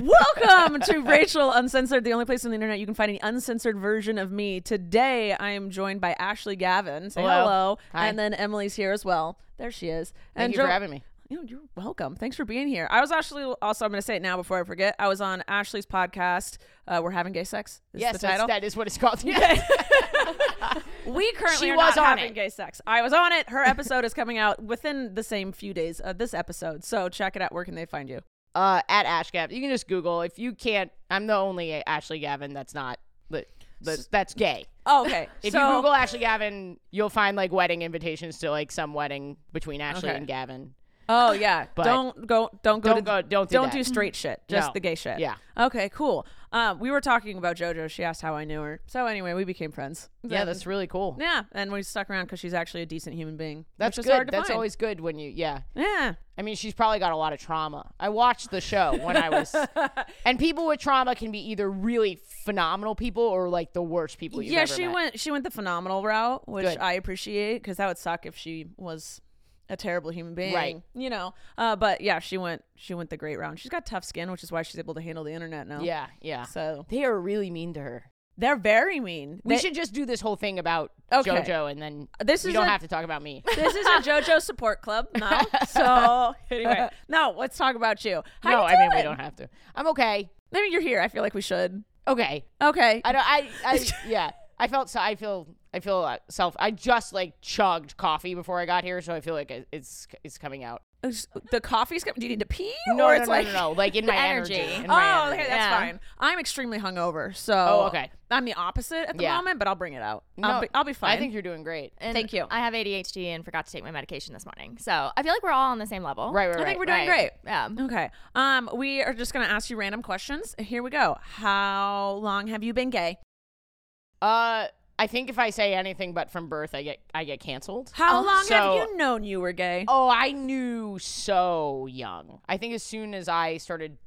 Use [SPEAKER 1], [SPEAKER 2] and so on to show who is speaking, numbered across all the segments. [SPEAKER 1] Welcome to Rachel Uncensored, the only place on the internet you can find an uncensored version of me. Today, I am joined by Ashley Gavin. Say hello.
[SPEAKER 2] Hello. Hi.
[SPEAKER 1] And then Emily's here as well. There she is.
[SPEAKER 2] Thank
[SPEAKER 1] and
[SPEAKER 2] you for
[SPEAKER 1] Jo-
[SPEAKER 2] having me.
[SPEAKER 1] You know, you're welcome. Thanks for being here. I was actually also. I'm going to say it now before I forget. I was on Ashley's podcast. Uh, We're having gay sex. Is
[SPEAKER 2] yes,
[SPEAKER 1] the
[SPEAKER 2] that's-
[SPEAKER 1] title.
[SPEAKER 2] that is what it's called.
[SPEAKER 1] We currently
[SPEAKER 2] She
[SPEAKER 1] are
[SPEAKER 2] was
[SPEAKER 1] not
[SPEAKER 2] on
[SPEAKER 1] having
[SPEAKER 2] it.
[SPEAKER 1] gay sex. I was on it. Her episode is coming out within the same few days of this episode. So check it out. Where can they find you?
[SPEAKER 2] uh, at Ash Gavin. You can just Google. If you can't, I'm the only Ashley Gavin that's not, but, but that's gay.
[SPEAKER 1] Oh, okay.
[SPEAKER 2] If
[SPEAKER 1] so,
[SPEAKER 2] you Google Ashley Gavin, you'll find like wedding invitations to like some wedding between Ashley
[SPEAKER 1] Okay.
[SPEAKER 2] and Gavin.
[SPEAKER 1] Oh yeah.
[SPEAKER 2] But-
[SPEAKER 1] don't go don't go
[SPEAKER 2] Don't
[SPEAKER 1] to,
[SPEAKER 2] go- don't do that. Mm.
[SPEAKER 1] straight shit. Just
[SPEAKER 2] No.
[SPEAKER 1] the gay shit.
[SPEAKER 2] Yeah.
[SPEAKER 1] Okay, cool. Um, we were talking about JoJo. She asked how I knew her. So anyway, we became friends.
[SPEAKER 2] Yeah, that's really cool.
[SPEAKER 1] Yeah, and we stuck around because she's actually a decent human being.
[SPEAKER 2] That's
[SPEAKER 1] which is hard
[SPEAKER 2] good.
[SPEAKER 1] to
[SPEAKER 2] That's
[SPEAKER 1] find.
[SPEAKER 2] always good when you, yeah.
[SPEAKER 1] Yeah.
[SPEAKER 2] I mean, she's probably got a lot of trauma. I watched the show when I was, and people with trauma can be either really phenomenal people or like the worst people. You've
[SPEAKER 1] yeah,
[SPEAKER 2] ever
[SPEAKER 1] she
[SPEAKER 2] met.
[SPEAKER 1] went she went the phenomenal route, which
[SPEAKER 2] Good.
[SPEAKER 1] I appreciate because that would suck if she was a terrible human being.
[SPEAKER 2] Right.
[SPEAKER 1] You know. Uh, but yeah, she went she went the great route. She's got tough skin, which is why she's able to handle the internet now.
[SPEAKER 2] Yeah, yeah.
[SPEAKER 1] So
[SPEAKER 2] they are really mean to her.
[SPEAKER 1] they're very mean.
[SPEAKER 2] We
[SPEAKER 1] They-
[SPEAKER 2] should just do this whole thing about
[SPEAKER 1] Okay.
[SPEAKER 2] JoJo, and then
[SPEAKER 1] This
[SPEAKER 2] you
[SPEAKER 1] is
[SPEAKER 2] don't
[SPEAKER 1] a-
[SPEAKER 2] have to talk about me.
[SPEAKER 1] This is a JoJo support club now. So anyway, no, let's talk about you. How
[SPEAKER 2] no,
[SPEAKER 1] you
[SPEAKER 2] I mean we
[SPEAKER 1] doing?
[SPEAKER 2] don't have to. I'm okay.
[SPEAKER 1] I mean, you're here. I feel like we should.
[SPEAKER 2] Okay.
[SPEAKER 1] Okay.
[SPEAKER 2] I don't. I. I yeah. I felt. So, I feel. I feel uh, self. I just like chugged coffee before I got here, so I feel like it- it's it's coming out.
[SPEAKER 1] the coffee's coming. Do you need to pee?
[SPEAKER 2] No,
[SPEAKER 1] or
[SPEAKER 2] no,
[SPEAKER 1] it's
[SPEAKER 2] no,
[SPEAKER 1] like
[SPEAKER 2] no, no, Like in my energy.
[SPEAKER 3] energy.
[SPEAKER 2] in my
[SPEAKER 1] Oh, okay,
[SPEAKER 2] energy.
[SPEAKER 1] that's
[SPEAKER 3] Yeah.
[SPEAKER 1] fine. I'm extremely hungover, so
[SPEAKER 2] Oh, okay.
[SPEAKER 1] I'm the opposite at the
[SPEAKER 2] Yeah.
[SPEAKER 1] moment, but I'll bring it out.
[SPEAKER 2] No,
[SPEAKER 1] I'll, be, I'll be fine.
[SPEAKER 2] I think you're doing great.
[SPEAKER 3] And
[SPEAKER 1] Thank you.
[SPEAKER 3] I have ADHD and forgot to take my medication this morning. So I feel like we're all on the same level.
[SPEAKER 2] Right, right,
[SPEAKER 1] I think
[SPEAKER 2] right,
[SPEAKER 1] we're doing
[SPEAKER 3] right.
[SPEAKER 1] great.
[SPEAKER 3] Yeah.
[SPEAKER 1] Okay. Um, we are just gonna ask you random questions. Here we go. How long have you been gay?
[SPEAKER 2] Uh, I think if I say anything but from birth, I get I get canceled.
[SPEAKER 1] How
[SPEAKER 3] Oh,
[SPEAKER 1] long
[SPEAKER 2] so-
[SPEAKER 1] have you known you were gay?
[SPEAKER 2] Oh, I knew so young. I think as soon as I started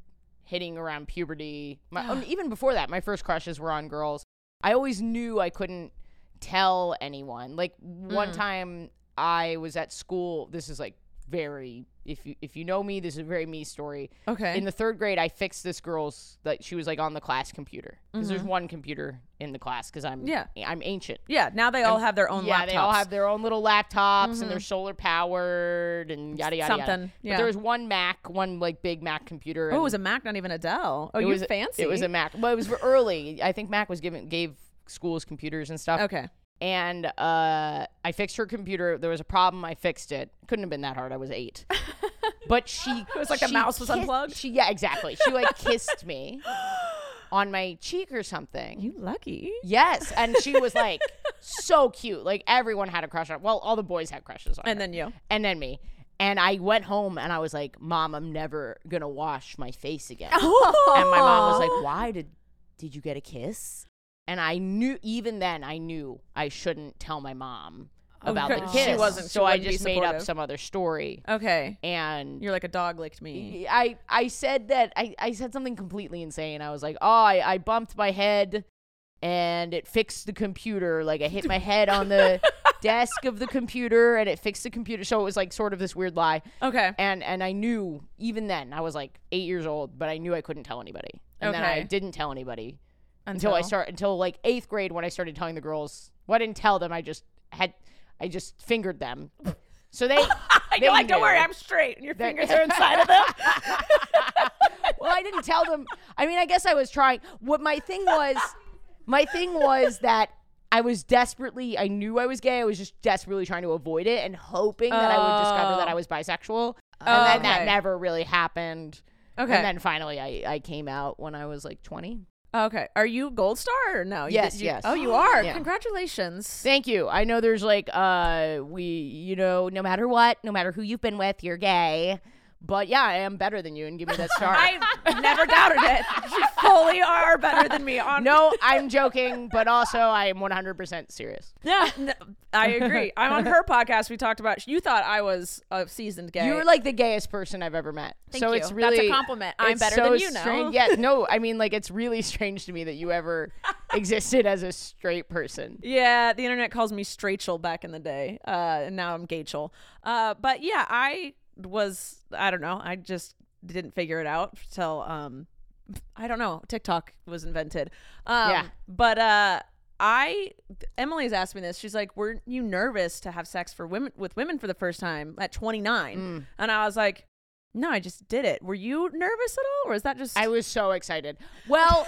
[SPEAKER 2] hitting around puberty, my, and even before that, my first crushes were on girls. I always knew I couldn't tell anyone. Like
[SPEAKER 1] Mm.
[SPEAKER 2] one time, I was at school. This is like very if you if you know me, this is a very me story.
[SPEAKER 1] Okay.
[SPEAKER 2] In the third grade, I fixed this girl's like she was like on the class computer because there's one computer in the class because I'm
[SPEAKER 1] Mm-hmm. Yeah.
[SPEAKER 2] I'm ancient
[SPEAKER 1] yeah. Now they all have their own
[SPEAKER 2] yeah,
[SPEAKER 1] laptops. Mm-hmm.
[SPEAKER 2] they all have their own little laptops and they're solar powered and yada yada
[SPEAKER 1] Something,
[SPEAKER 2] Yada.
[SPEAKER 1] yeah.
[SPEAKER 2] But there was one Mac, one like big Mac computer.
[SPEAKER 1] Oh, it
[SPEAKER 2] and
[SPEAKER 1] was a Mac, not even a Dell. Oh,
[SPEAKER 2] it
[SPEAKER 1] you
[SPEAKER 2] was
[SPEAKER 1] fancy.
[SPEAKER 2] It was a Mac. Well, it was early. I think Mac was given gave schools computers and stuff.
[SPEAKER 1] okay.
[SPEAKER 2] And uh, I fixed her computer. There was a problem. I fixed it. Couldn't have been that hard. I was eight. But she it
[SPEAKER 1] was like the mouse was unplugged?
[SPEAKER 2] She yeah, exactly. She like kissed me on my cheek or something.
[SPEAKER 1] You lucky.
[SPEAKER 2] Yes, and she was like so cute. Like everyone had a crush on. Well, all the boys had crushes on.
[SPEAKER 1] And
[SPEAKER 2] her.
[SPEAKER 1] then you.
[SPEAKER 2] and then me. And I went home and I was like, "Mom, I'm never gonna wash my face again." And my mom was like, "Why did did you get a kiss?" And I knew even then I knew I shouldn't tell my mom about the
[SPEAKER 1] Okay.
[SPEAKER 2] kiss.
[SPEAKER 1] Oh, She wasn't- she
[SPEAKER 2] so I
[SPEAKER 1] wouldn't be
[SPEAKER 2] just made up
[SPEAKER 1] supportive.
[SPEAKER 2] some other story.
[SPEAKER 1] Okay.
[SPEAKER 2] And
[SPEAKER 1] You're like a dog licked me.
[SPEAKER 2] I I said that I, I said something completely insane. I was like, oh, I, I bumped my head and it fixed the computer. Like I hit my head on the desk of the computer and it fixed the computer. So it was like sort of this weird lie.
[SPEAKER 1] Okay.
[SPEAKER 2] And and I knew even then I was like eight years old, but I knew I couldn't tell anybody. And then I
[SPEAKER 1] Okay.
[SPEAKER 2] didn't tell anybody until I start until like eighth grade when I started telling the girls. Well, I didn't tell them. I just had I just fingered them. So they.
[SPEAKER 1] I
[SPEAKER 2] they
[SPEAKER 1] know. Like, don't worry,
[SPEAKER 2] knew.
[SPEAKER 1] I'm straight. And your
[SPEAKER 2] That-
[SPEAKER 1] fingers are inside of them.
[SPEAKER 2] well, I didn't tell them. I mean, I guess I was trying. What my thing was, my thing was that I was desperately, I knew I was gay. I was just desperately trying to avoid it and hoping that I would discover that I was bisexual. and then
[SPEAKER 1] Oh. Okay.
[SPEAKER 2] that never really happened.
[SPEAKER 1] Okay.
[SPEAKER 2] And then finally, I, I came out when I was like 20.
[SPEAKER 1] okay. Are you gold star or no? You-
[SPEAKER 2] Yes,
[SPEAKER 1] you-
[SPEAKER 2] yes.
[SPEAKER 1] Oh, you are.
[SPEAKER 2] Yeah.
[SPEAKER 1] Congratulations.
[SPEAKER 2] Thank you. I know there's like, uh, we, you know, no matter what, no matter who you've been with, you're gay. But yeah, I am better than you and give me that star.
[SPEAKER 1] I never doubted it. You fully are better than me. On
[SPEAKER 2] no, I'm joking, but also I am 100% serious.
[SPEAKER 1] yeah, no, I agree. I'm on her podcast. We talked about you thought I was a seasoned gay.
[SPEAKER 2] You were like the gayest person I've ever met.
[SPEAKER 3] Thank
[SPEAKER 2] so
[SPEAKER 3] you.
[SPEAKER 2] it's
[SPEAKER 3] That's a
[SPEAKER 2] really
[SPEAKER 3] compliment. I'm
[SPEAKER 2] it's
[SPEAKER 3] better
[SPEAKER 2] so
[SPEAKER 3] than you now.
[SPEAKER 2] strange- Yeah, no, I mean like it's really strange to me that you ever existed as a straight person.
[SPEAKER 1] Yeah, the internet calls me Strachel back in the day. Uh, and now I'm Gachel. Uh, but yeah, I was, I don't know, I just didn't figure it out till, um, I don't know, TikTok was invented. Um,
[SPEAKER 2] Yeah.
[SPEAKER 1] But uh, I, Emily's asked me this. She's like, weren't you nervous to have sex for women with women for the first time at 29?
[SPEAKER 2] Mm.
[SPEAKER 1] And I was like, no, I just did it. Were you nervous at all? Or is that just.
[SPEAKER 2] I was so excited. Well,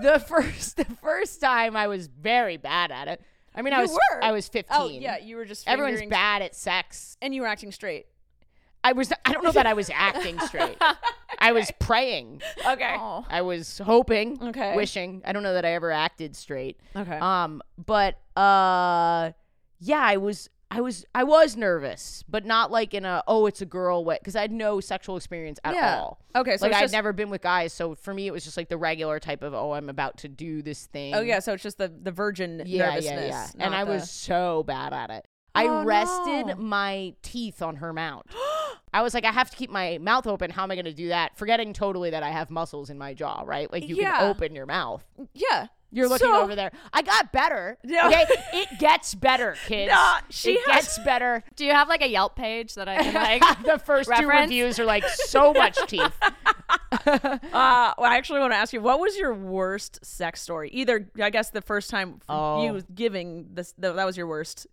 [SPEAKER 2] the first the first time I was very bad at it. I mean, I
[SPEAKER 1] You
[SPEAKER 2] was
[SPEAKER 1] were.
[SPEAKER 2] I was 15.
[SPEAKER 1] Oh, yeah, you were just.
[SPEAKER 2] Everyone's
[SPEAKER 1] fingering-
[SPEAKER 2] bad at sex.
[SPEAKER 1] And you were acting straight.
[SPEAKER 2] I was I don't know that I was acting straight. I was praying.
[SPEAKER 1] Okay.
[SPEAKER 2] I was hoping,
[SPEAKER 1] Okay.
[SPEAKER 2] wishing. I don't know that I ever acted straight.
[SPEAKER 1] Okay.
[SPEAKER 2] Um, but uh, yeah, I was, I was, I was nervous, but not like in a oh, it's a girl way, because I had no sexual experience at
[SPEAKER 1] Yeah.
[SPEAKER 2] all.
[SPEAKER 1] Okay, so
[SPEAKER 2] like
[SPEAKER 1] it's
[SPEAKER 2] I'd
[SPEAKER 1] just-
[SPEAKER 2] never been with guys, so for me it was just like the regular type of oh, I'm about to do this thing.
[SPEAKER 1] Oh yeah, so it's just the the virgin
[SPEAKER 2] yeah,
[SPEAKER 1] nervousness.
[SPEAKER 2] yeah, yeah. And
[SPEAKER 1] not
[SPEAKER 2] I
[SPEAKER 1] the-
[SPEAKER 2] was so bad at it.
[SPEAKER 1] Oh,
[SPEAKER 2] I rested
[SPEAKER 1] no.
[SPEAKER 2] my teeth on her mouth. I was like, I have to keep my mouth open. How am I going to do that? Forgetting totally that I have muscles in my jaw, right? Like you
[SPEAKER 1] Yeah.
[SPEAKER 2] can open your mouth.
[SPEAKER 1] yeah.
[SPEAKER 2] You're looking
[SPEAKER 1] So-
[SPEAKER 2] over there. I got better.
[SPEAKER 1] No.
[SPEAKER 2] Okay, it gets better, kids.
[SPEAKER 1] No, she
[SPEAKER 2] it
[SPEAKER 1] has-
[SPEAKER 2] gets better.
[SPEAKER 3] Do you have like a Yelp page that I can like?
[SPEAKER 2] the first two
[SPEAKER 3] Reference?
[SPEAKER 2] reviews are like so much teeth.
[SPEAKER 1] Uh, well, I actually want to ask you, what was your worst sex story? Either I guess the first time f-
[SPEAKER 2] Oh.
[SPEAKER 1] you giving this, th- that was your worst,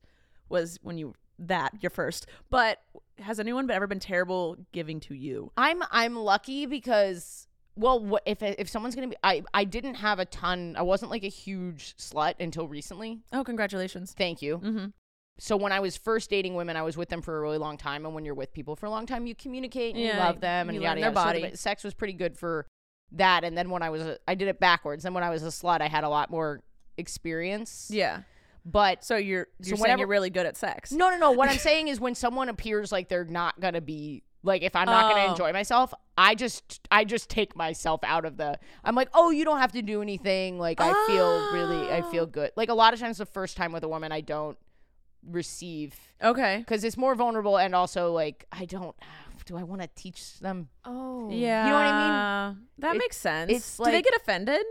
[SPEAKER 1] was when you that your first. But has anyone ever been terrible giving to you?
[SPEAKER 2] I'm I'm lucky because well, wha- if if someone's gonna be, I I didn't have a ton. I wasn't like a huge slut until recently.
[SPEAKER 1] Oh, congratulations.
[SPEAKER 2] Thank you.
[SPEAKER 1] Mhm.
[SPEAKER 2] So when I was first dating women, I was with them for a really long time, and when you're with people for a long time, you communicate and you
[SPEAKER 1] Yeah,
[SPEAKER 2] love them and
[SPEAKER 1] you
[SPEAKER 2] yada
[SPEAKER 1] learn their
[SPEAKER 2] yada. So the-
[SPEAKER 1] body.
[SPEAKER 2] sex was pretty good for that, and then when I was a, I did it backwards. Then when I was a slut, I had a lot more experience.
[SPEAKER 1] Yeah.
[SPEAKER 2] But
[SPEAKER 1] So you're you're saying
[SPEAKER 2] whenever-
[SPEAKER 1] you're really good at sex.
[SPEAKER 2] no, no, no. What I'm saying is when someone appears like they're not gonna be like if I'm not
[SPEAKER 1] Oh.
[SPEAKER 2] gonna enjoy myself, I just I just take myself out of the. I'm like, oh, you don't have to do anything. Like I feel really, I
[SPEAKER 1] Oh.
[SPEAKER 2] feel good. Like a lot of times, the first time with a woman, I don't receive
[SPEAKER 1] Okay.
[SPEAKER 2] because it's more vulnerable and also like I don't. Do I want to teach them?
[SPEAKER 3] oh.
[SPEAKER 1] Yeah.
[SPEAKER 2] You know what I
[SPEAKER 1] mean? That
[SPEAKER 2] It-
[SPEAKER 1] makes sense.
[SPEAKER 2] it's
[SPEAKER 1] Do they
[SPEAKER 2] like-
[SPEAKER 1] get offended?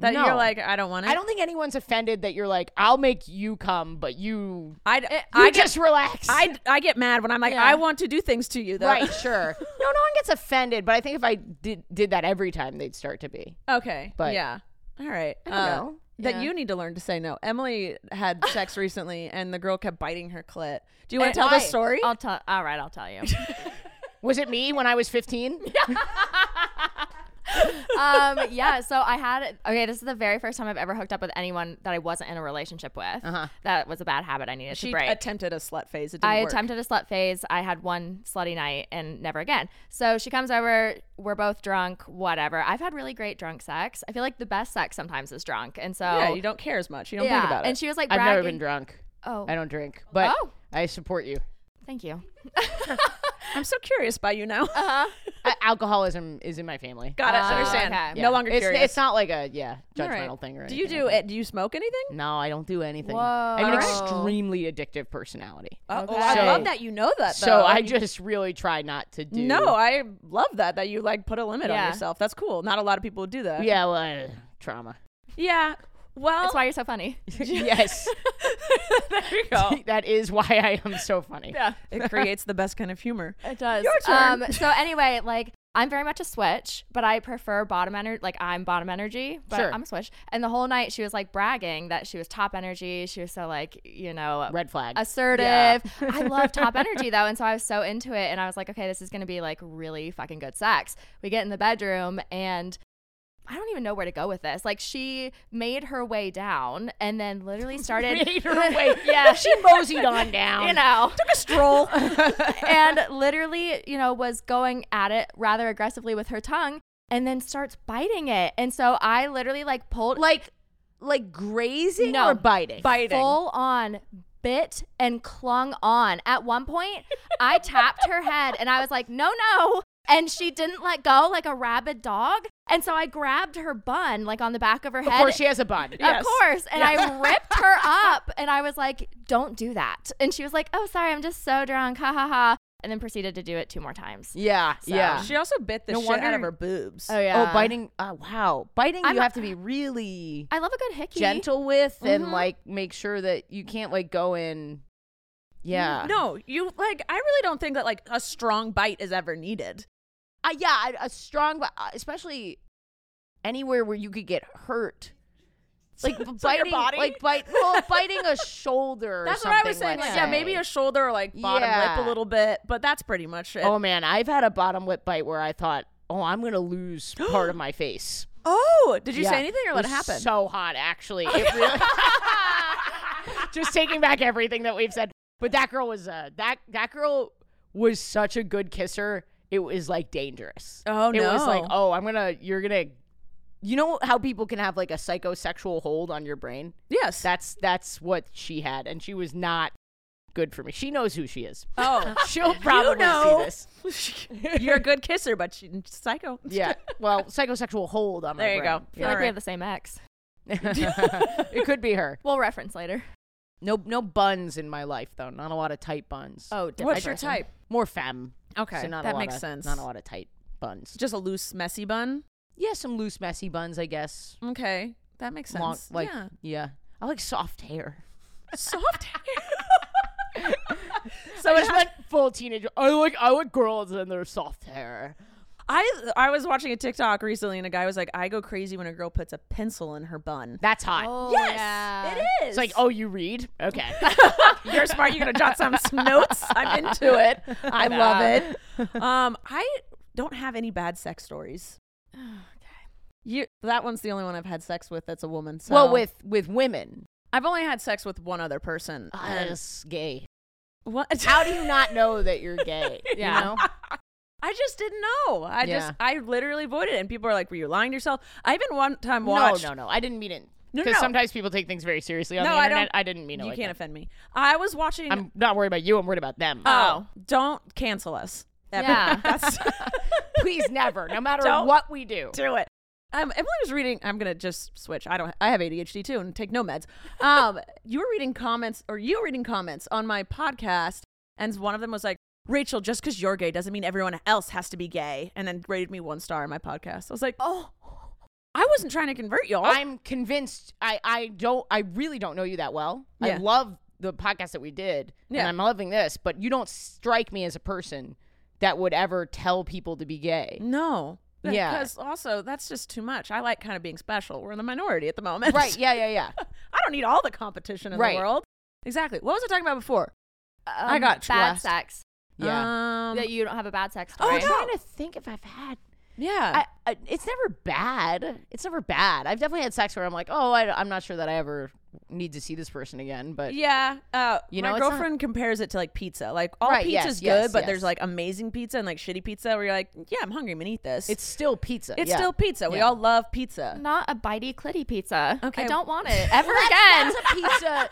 [SPEAKER 1] That you're
[SPEAKER 2] No.
[SPEAKER 1] like, I don't want it.
[SPEAKER 2] I don't think anyone's offended that you're like, I'll make you come, but you,
[SPEAKER 1] I,
[SPEAKER 2] Eh, you
[SPEAKER 1] I get
[SPEAKER 2] just relax.
[SPEAKER 1] I, I get mad when I'm like,
[SPEAKER 3] Yeah.
[SPEAKER 1] I want to do things to you, though.
[SPEAKER 2] right, sure. No, no one gets offended, but I think if I did did that every time, they'd start to be.
[SPEAKER 1] okay.
[SPEAKER 2] But-
[SPEAKER 1] yeah. All right. Uh,
[SPEAKER 2] I don't know.
[SPEAKER 1] That
[SPEAKER 3] Yeah.
[SPEAKER 1] you need to learn to say no. Emily had sex recently, and the girl kept biting her clit. Do you want to tell
[SPEAKER 2] why?
[SPEAKER 1] the story?
[SPEAKER 3] Uh, I'll tell. All right, I'll tell you.
[SPEAKER 2] Was it me when I was 15?
[SPEAKER 3] um, yeah. So I had. Okay, this is the very first time I've ever hooked up with anyone that I wasn't in a relationship with. Uh-huh. That was a bad habit I needed
[SPEAKER 1] she
[SPEAKER 3] to break.
[SPEAKER 1] attempted a slut phase. It didn't
[SPEAKER 3] I
[SPEAKER 1] work.
[SPEAKER 3] attempted a slut phase. I had one slutty night and never again. So she comes over. We're both drunk. Whatever. I've had really great drunk sex. I feel like the best sex sometimes is drunk. And so
[SPEAKER 1] Yeah, you don't care as much. You don't think
[SPEAKER 3] Yeah,
[SPEAKER 1] about it.
[SPEAKER 3] And she was like,
[SPEAKER 2] I've never
[SPEAKER 3] bragging-
[SPEAKER 2] been drunk.
[SPEAKER 3] Oh,
[SPEAKER 2] I don't drink, but
[SPEAKER 3] Oh.
[SPEAKER 2] I support you.
[SPEAKER 3] thank you.
[SPEAKER 1] I'm so curious by you now.
[SPEAKER 3] Uh-huh.
[SPEAKER 2] A- alcoholism is in my family.
[SPEAKER 1] Got it.
[SPEAKER 3] Ah,
[SPEAKER 1] understand.
[SPEAKER 3] okay.
[SPEAKER 2] Yeah.
[SPEAKER 1] No longer
[SPEAKER 2] it's,
[SPEAKER 1] curious.
[SPEAKER 2] It's not like a yeah
[SPEAKER 3] All
[SPEAKER 2] judgmental
[SPEAKER 3] right.
[SPEAKER 2] thing or
[SPEAKER 1] do you
[SPEAKER 2] anything
[SPEAKER 1] do
[SPEAKER 2] like
[SPEAKER 1] it? Do you smoke anything?
[SPEAKER 2] that. No, I don't do anything.
[SPEAKER 3] Whoa.
[SPEAKER 2] I have an
[SPEAKER 3] All right.
[SPEAKER 2] extremely addictive personality.
[SPEAKER 1] Oh,
[SPEAKER 3] Okay.
[SPEAKER 1] I love
[SPEAKER 2] So-
[SPEAKER 1] that you know that. Though.
[SPEAKER 2] so I just really try not to do.
[SPEAKER 1] no, I love that that you like put a limit
[SPEAKER 3] Yeah.
[SPEAKER 1] on yourself. That's cool. Not a lot of people would do that.
[SPEAKER 2] Yeah, well, uh, trauma.
[SPEAKER 1] Yeah. Well,
[SPEAKER 3] That's why you're so funny.
[SPEAKER 2] yes,
[SPEAKER 1] there you go.
[SPEAKER 2] that is why I am so funny.
[SPEAKER 1] it creates the best kind of humor.
[SPEAKER 3] It does.
[SPEAKER 1] Your turn.
[SPEAKER 3] Um, so anyway, like I'm very much a switch, but I prefer bottom energy. Like I'm bottom energy, but
[SPEAKER 2] Sure.
[SPEAKER 3] I'm a switch. And the whole night she was like bragging that she was top energy. She was so like you know
[SPEAKER 2] Red flag.
[SPEAKER 3] assertive.
[SPEAKER 2] Yeah.
[SPEAKER 3] I love top energy though, and so I was so into it, and I was like, okay, this is gonna be like really fucking good sex. We get in the bedroom and. I don't even know where to go with this. Like she made her way down and then literally started
[SPEAKER 2] Made her way.
[SPEAKER 3] yeah,
[SPEAKER 2] she moseyed on down.
[SPEAKER 3] you know.
[SPEAKER 1] A stroll.
[SPEAKER 3] and literally, you know, was going at it rather aggressively with her tongue and then starts biting it. And so I literally like pulled
[SPEAKER 2] like, like grazing
[SPEAKER 3] No.
[SPEAKER 2] or biting.
[SPEAKER 1] biting.
[SPEAKER 3] full on bit and clung on. At one point, I tapped her head and I was like, "No, no." And she didn't let go like a rabid dog. And so I grabbed her bun like on the back of her
[SPEAKER 2] Of
[SPEAKER 3] head.
[SPEAKER 2] course, she has a bun.
[SPEAKER 3] Of course. And I ripped her up and I was like, don't do that. And she was like, oh, sorry, I'm just so drunk. Ha ha ha. And then proceeded to do it two more times.
[SPEAKER 2] Yeah, yeah.
[SPEAKER 1] She also bit the
[SPEAKER 2] No
[SPEAKER 1] shit out of
[SPEAKER 2] wonder-
[SPEAKER 1] her boobs.
[SPEAKER 3] yeah.
[SPEAKER 2] Oh, biting. Uh, wow, biting.
[SPEAKER 3] I'm-
[SPEAKER 2] you have to be really
[SPEAKER 3] I love a good hickey.
[SPEAKER 2] gentle with, and
[SPEAKER 3] Mhm.
[SPEAKER 2] like make sure that you can't like go in. Yeah.
[SPEAKER 1] No, you like. I really don't think that like a strong bite is ever needed.
[SPEAKER 2] Uh, yeah, I- a strong, bi- uh, especially anywhere where you could get hurt. Like b-
[SPEAKER 1] So your
[SPEAKER 2] biting,
[SPEAKER 1] body?
[SPEAKER 2] like bite, well, biting a shoulder. or
[SPEAKER 1] That's what I was saying. Like,
[SPEAKER 2] something, let's
[SPEAKER 1] yeah,
[SPEAKER 2] say.
[SPEAKER 1] maybe a shoulder or like bottom lip a
[SPEAKER 2] Yeah.
[SPEAKER 1] little bit, but that's pretty much it.
[SPEAKER 2] oh man, I've had a bottom lip bite where I thought, oh, I'm gonna lose part of my face.
[SPEAKER 1] Oh, did you
[SPEAKER 2] Yeah.
[SPEAKER 1] say anything or let it
[SPEAKER 2] was
[SPEAKER 1] happen?
[SPEAKER 2] So hot, actually. It really. Just taking back everything that we've said, but that girl was uh, that that girl was such a good kisser. It was like dangerous.
[SPEAKER 1] Oh,
[SPEAKER 2] It was like,
[SPEAKER 1] no.
[SPEAKER 2] oh, I'm gonna, you're gonna, you know how people can have like a psychosexual hold on your brain.
[SPEAKER 1] yes.
[SPEAKER 2] That's that's what she had, and she was not good for me. She knows who she is.
[SPEAKER 1] oh,
[SPEAKER 2] She'll probably
[SPEAKER 1] know.
[SPEAKER 2] see this.
[SPEAKER 1] you're a good kisser, but she's psycho.
[SPEAKER 2] Yeah. Well, psychosexual hold on my
[SPEAKER 1] There you go.
[SPEAKER 3] I feel like
[SPEAKER 1] All
[SPEAKER 3] we
[SPEAKER 1] right.
[SPEAKER 3] have the same ex.
[SPEAKER 2] brain. it could be her.
[SPEAKER 3] We'll reference later.
[SPEAKER 2] No, no buns in my life though. Not a lot of tight buns.
[SPEAKER 3] Oh, different
[SPEAKER 1] What's your
[SPEAKER 3] person.
[SPEAKER 1] type?
[SPEAKER 2] more femme.
[SPEAKER 1] Okay,
[SPEAKER 2] so not a
[SPEAKER 1] that
[SPEAKER 2] lot
[SPEAKER 1] makes
[SPEAKER 2] of-
[SPEAKER 1] sense.
[SPEAKER 2] Not a lot of tight buns.
[SPEAKER 1] Just a loose, messy bun.
[SPEAKER 2] Yeah, some loose, messy buns, I guess.
[SPEAKER 1] Okay, that makes sense.
[SPEAKER 2] Long, like
[SPEAKER 1] yeah,
[SPEAKER 2] yeah. I like soft hair.
[SPEAKER 1] soft hair.
[SPEAKER 2] So
[SPEAKER 1] Oh,
[SPEAKER 2] I just went full teenager. I like I like girls and their soft hair.
[SPEAKER 1] I I was watching a TikTok recently, and a guy was like, "I go crazy when a girl puts a pencil in her bun."
[SPEAKER 2] That's hot.
[SPEAKER 1] Oh,
[SPEAKER 3] yes,
[SPEAKER 1] It is.
[SPEAKER 2] It's like, oh, you read? Okay.
[SPEAKER 1] you're smart. You're gonna jot some notes. I'm into it. I love it. Um, I don't have any bad sex stories. You that one's the only one I've had sex with that's a woman. So.
[SPEAKER 2] well, with with women,
[SPEAKER 1] I've only had sex with one other person. and-
[SPEAKER 2] that's gay.
[SPEAKER 1] what?
[SPEAKER 2] How do you not know that you're gay?
[SPEAKER 3] Yeah.
[SPEAKER 2] You know?
[SPEAKER 1] I just didn't know. I just
[SPEAKER 2] Yeah.
[SPEAKER 1] I literally avoided it, and people are like, "Were you lying to yourself?" I even one time
[SPEAKER 2] No,
[SPEAKER 1] watched.
[SPEAKER 2] no, no. I didn't mean it.
[SPEAKER 1] No, no,
[SPEAKER 2] Because
[SPEAKER 1] no.
[SPEAKER 2] sometimes people take things very seriously on
[SPEAKER 1] No,
[SPEAKER 2] the
[SPEAKER 1] I
[SPEAKER 2] internet.
[SPEAKER 1] don't-
[SPEAKER 2] didn't mean it.
[SPEAKER 1] you
[SPEAKER 2] like
[SPEAKER 1] can't
[SPEAKER 2] that.
[SPEAKER 1] offend me. I was watching.
[SPEAKER 2] I'm not worried about you. I'm worried about them.
[SPEAKER 1] oh, don't cancel us. ever.
[SPEAKER 3] Yeah.
[SPEAKER 1] that's
[SPEAKER 2] Please never, no matter
[SPEAKER 1] Don't
[SPEAKER 2] what we do.
[SPEAKER 1] do it. Um, Emily was reading. I'm gonna just switch. I don't. I have ADHD too, and take no meds. Um, you were reading comments, or you were reading comments on my podcast, and one of them was like, "Rachel, just because you're gay doesn't mean everyone else has to be gay," and then rated me one star in my podcast. I was like, "Oh, I wasn't trying to convert y'all."
[SPEAKER 2] I'm convinced. I, I don't. I really don't know you that well. I
[SPEAKER 1] Yeah.
[SPEAKER 2] love the podcast that we did, and
[SPEAKER 1] Yeah.
[SPEAKER 2] I'm loving this. But you don't strike me as a person that would ever tell people to be gay.
[SPEAKER 1] no.
[SPEAKER 2] Yeah.
[SPEAKER 1] Because also, that's just too much. I like kind of being special. We're in the minority at the moment.
[SPEAKER 2] right? Yeah. Yeah. Yeah.
[SPEAKER 1] I don't need all the competition in
[SPEAKER 2] Right.
[SPEAKER 1] the world. Exactly. What was I talking about before? I
[SPEAKER 3] Um,
[SPEAKER 1] got
[SPEAKER 3] bad
[SPEAKER 1] last.
[SPEAKER 3] sex.
[SPEAKER 2] Yeah.
[SPEAKER 1] Um,
[SPEAKER 3] that you don't have a bad sex
[SPEAKER 1] Oh,
[SPEAKER 3] story.
[SPEAKER 1] no. Uh.
[SPEAKER 2] trying to think if I've had.
[SPEAKER 1] yeah.
[SPEAKER 2] I, I, it's never bad. It's never bad. I've definitely had sex where I'm like, oh, I, am not sure that I ever need to see this person again. But
[SPEAKER 1] Yeah, uh,
[SPEAKER 2] You
[SPEAKER 1] you
[SPEAKER 2] know,
[SPEAKER 1] know, my
[SPEAKER 2] it's not-
[SPEAKER 1] girlfriend compares it to like pizza. Like all
[SPEAKER 2] Right, yes,
[SPEAKER 1] pizza's good,
[SPEAKER 2] yes,
[SPEAKER 1] but
[SPEAKER 2] yes.
[SPEAKER 1] there's like amazing pizza and like shitty pizza where you're like, yeah, I'm hungry, I'm gonna eat this.
[SPEAKER 2] it's still pizza.
[SPEAKER 1] it's
[SPEAKER 2] yeah.
[SPEAKER 1] still pizza. We
[SPEAKER 2] Yeah.
[SPEAKER 1] all love pizza.
[SPEAKER 3] Not a bitey clitty pizza. I
[SPEAKER 1] Okay.
[SPEAKER 3] don't want it ever
[SPEAKER 2] Well,
[SPEAKER 3] again.
[SPEAKER 2] that's- That's a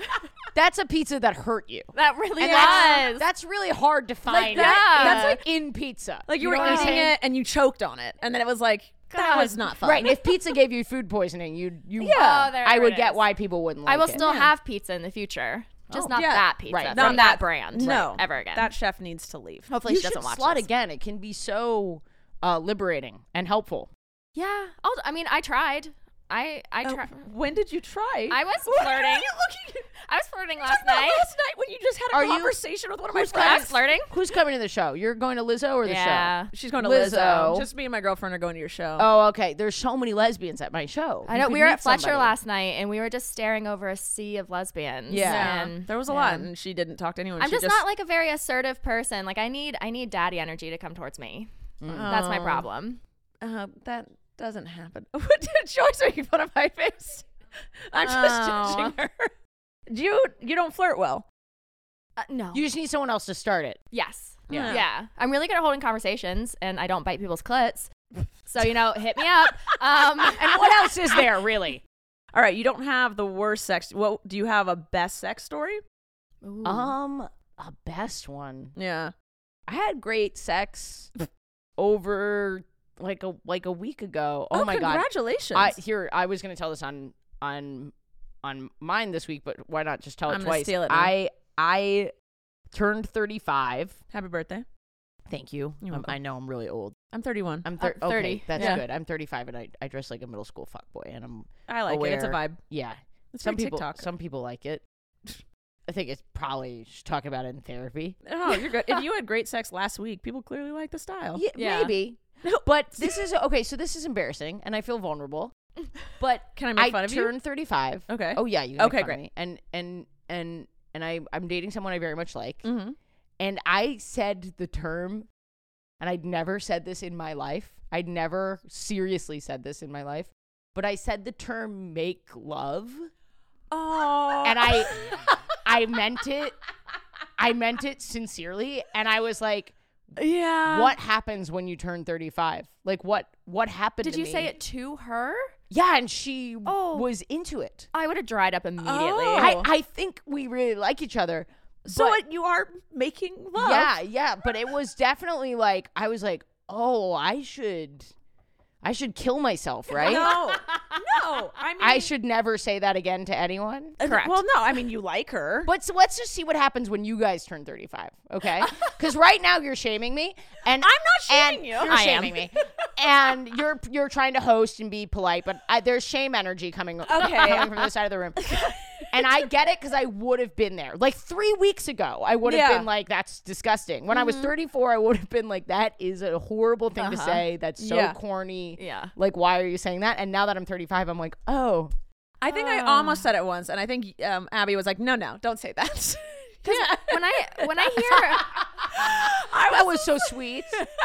[SPEAKER 2] pizza. That's a pizza that hurt you.
[SPEAKER 3] That really
[SPEAKER 2] And
[SPEAKER 3] was.
[SPEAKER 2] that's, that's really hard to find.
[SPEAKER 3] that-
[SPEAKER 2] That's like in pizza.
[SPEAKER 1] Like you, were
[SPEAKER 3] know what I'm
[SPEAKER 1] eating
[SPEAKER 3] saying?
[SPEAKER 1] it and you choked on it, and then it was like that
[SPEAKER 3] God.
[SPEAKER 1] was not fun.
[SPEAKER 2] Right. If pizza gave you food poisoning, you you
[SPEAKER 3] Yeah. Oh, there
[SPEAKER 2] I
[SPEAKER 3] it
[SPEAKER 2] would
[SPEAKER 3] is.
[SPEAKER 2] get why people wouldn't like
[SPEAKER 3] I will
[SPEAKER 2] it.
[SPEAKER 3] still have pizza in the future, just not
[SPEAKER 1] Oh. Yeah.
[SPEAKER 3] that pizza
[SPEAKER 2] Right,
[SPEAKER 3] from
[SPEAKER 2] not
[SPEAKER 3] that brand.
[SPEAKER 1] No,
[SPEAKER 3] ever again.
[SPEAKER 1] That chef needs to leave.
[SPEAKER 3] Hopefully,
[SPEAKER 2] you
[SPEAKER 3] she doesn't
[SPEAKER 2] should
[SPEAKER 3] watch
[SPEAKER 2] slot
[SPEAKER 3] this.
[SPEAKER 2] again. It can be so uh, liberating and helpful.
[SPEAKER 3] Yeah, I'll, I mean, I tried. I I
[SPEAKER 1] Oh,
[SPEAKER 3] tried.
[SPEAKER 1] when did you try?
[SPEAKER 3] I was
[SPEAKER 1] What
[SPEAKER 3] flirting.
[SPEAKER 1] Are you looking?
[SPEAKER 3] I was flirting
[SPEAKER 1] Talking
[SPEAKER 3] last
[SPEAKER 1] about
[SPEAKER 3] night.
[SPEAKER 1] Last night when you just had
[SPEAKER 2] Are
[SPEAKER 1] a
[SPEAKER 2] you-
[SPEAKER 1] conversation with one of my
[SPEAKER 2] Who's
[SPEAKER 3] I
[SPEAKER 1] friends.
[SPEAKER 3] was flirting.
[SPEAKER 2] Who's coming to the show? You're going to Lizzo or the
[SPEAKER 3] Yeah.
[SPEAKER 2] show?
[SPEAKER 1] She's going to
[SPEAKER 2] Lizzo.
[SPEAKER 1] Lizzo. Just me and my girlfriend are going to your show.
[SPEAKER 2] Oh, okay. There's so many lesbians at my show.
[SPEAKER 3] I
[SPEAKER 2] You
[SPEAKER 3] know
[SPEAKER 2] could
[SPEAKER 3] we were
[SPEAKER 2] meet
[SPEAKER 3] at Fletcher
[SPEAKER 2] somebody.
[SPEAKER 3] last night, and we were just staring over a sea of lesbians.
[SPEAKER 2] Yeah.
[SPEAKER 3] and
[SPEAKER 1] there was a lot, and she didn't talk to anyone.
[SPEAKER 3] I'm
[SPEAKER 1] she
[SPEAKER 3] just, not like a very assertive person. Like I need I need daddy energy to come towards me. That's my problem.
[SPEAKER 1] Uh, Um, that doesn't happen. What did Joyce making fun of my face? I'm just
[SPEAKER 3] Oh.
[SPEAKER 1] judging her. Do you you don't flirt well?
[SPEAKER 3] Uh, no.
[SPEAKER 2] You just need someone else to start it.
[SPEAKER 3] yes.
[SPEAKER 1] Yeah.
[SPEAKER 3] Yeah. I'm really good at holding conversations, and I don't bite people's clits. So you know, hit me up. Um,
[SPEAKER 2] And what else is there really?
[SPEAKER 1] All right, you don't have the worst sex. What do you have a best sex story?
[SPEAKER 3] Ooh.
[SPEAKER 2] Um, a best one.
[SPEAKER 1] Yeah.
[SPEAKER 2] I had great sex over like a like a week ago. Oh, my god.
[SPEAKER 1] Congratulations.
[SPEAKER 2] I here I was going to tell this on on on mine this week, but why not just tell it
[SPEAKER 1] I'm gonna
[SPEAKER 2] twice?
[SPEAKER 1] steal it now.
[SPEAKER 2] I I turned 35.
[SPEAKER 1] Happy birthday.
[SPEAKER 2] Thank you.
[SPEAKER 1] You're
[SPEAKER 2] Um,
[SPEAKER 1] welcome.
[SPEAKER 2] I know I'm really old.
[SPEAKER 1] I'm 31.
[SPEAKER 2] I'm thir-
[SPEAKER 3] I'm 30.
[SPEAKER 2] Okay, that's
[SPEAKER 1] Yeah.
[SPEAKER 2] good. I'm 35 and I, I dress like a middle school fuckboy and I'm
[SPEAKER 1] I like it. It's a
[SPEAKER 2] aware.
[SPEAKER 1] vibe.
[SPEAKER 2] yeah.
[SPEAKER 1] It's
[SPEAKER 2] some
[SPEAKER 1] very
[SPEAKER 2] people
[SPEAKER 1] TikTok.
[SPEAKER 2] some people like it. I think it's probably should talk about it in therapy.
[SPEAKER 1] Oh, you're good. if you had great sex last week, people clearly like the style.
[SPEAKER 2] Yeah,
[SPEAKER 3] Yeah.
[SPEAKER 2] Maybe. But this is okay, so this is embarrassing and I feel vulnerable. But
[SPEAKER 1] Can I make
[SPEAKER 2] I
[SPEAKER 1] fun of
[SPEAKER 2] turned 35.
[SPEAKER 1] you? Okay.
[SPEAKER 2] Oh yeah, you can
[SPEAKER 1] Okay,
[SPEAKER 2] okay,
[SPEAKER 1] great.
[SPEAKER 2] great. And and and and I I'm dating someone I very much like,
[SPEAKER 1] Mm-hmm.
[SPEAKER 2] and I said the term, and I'd never said this in my life. I'd never seriously said this in my life, but I said the term "make love,"
[SPEAKER 1] Oh.
[SPEAKER 2] and I I meant it. I meant it sincerely, and I was like,
[SPEAKER 1] yeah.
[SPEAKER 2] "What happens when you turn 35? Like what what happened?"
[SPEAKER 3] Did
[SPEAKER 2] to
[SPEAKER 3] you
[SPEAKER 2] me?
[SPEAKER 3] say it to her?
[SPEAKER 2] Yeah, and she
[SPEAKER 3] Oh.
[SPEAKER 2] was into it.
[SPEAKER 3] I would have dried up immediately.
[SPEAKER 1] Oh.
[SPEAKER 2] I, I think we really like each other.
[SPEAKER 1] So
[SPEAKER 2] but-
[SPEAKER 1] what, you are making love.
[SPEAKER 2] Yeah, yeah, but it was definitely like I was like, "Oh, I should I should kill myself, right?
[SPEAKER 1] No. No. I mean,
[SPEAKER 2] I should never say that again to anyone."
[SPEAKER 1] Uh,
[SPEAKER 3] Correct.
[SPEAKER 1] Well, no. I mean, you like her.
[SPEAKER 2] But so let's just see what happens when you guys turn 35, okay? Cuz right now you're shaming me and I'm
[SPEAKER 1] not shaming you.
[SPEAKER 2] You're
[SPEAKER 3] I am.
[SPEAKER 2] shaming me. And you're you're trying to host and be polite, but I, there's shame energy coming, coming from the side of the room. And I get it because I would have been there. Like three weeks ago, I would have
[SPEAKER 1] Yeah.
[SPEAKER 2] been like, that's disgusting. When I was 34, I would have been like, that is a horrible thing to say. That's so
[SPEAKER 1] Yeah.
[SPEAKER 2] corny.
[SPEAKER 3] Yeah.
[SPEAKER 2] Like, why are you saying that? And now that I'm 35, I'm like, oh.
[SPEAKER 1] I think I almost said it once, and I think um, Abby was like, "No, no, don't say that." yeah.
[SPEAKER 3] when I when I hear
[SPEAKER 2] That was so sweet.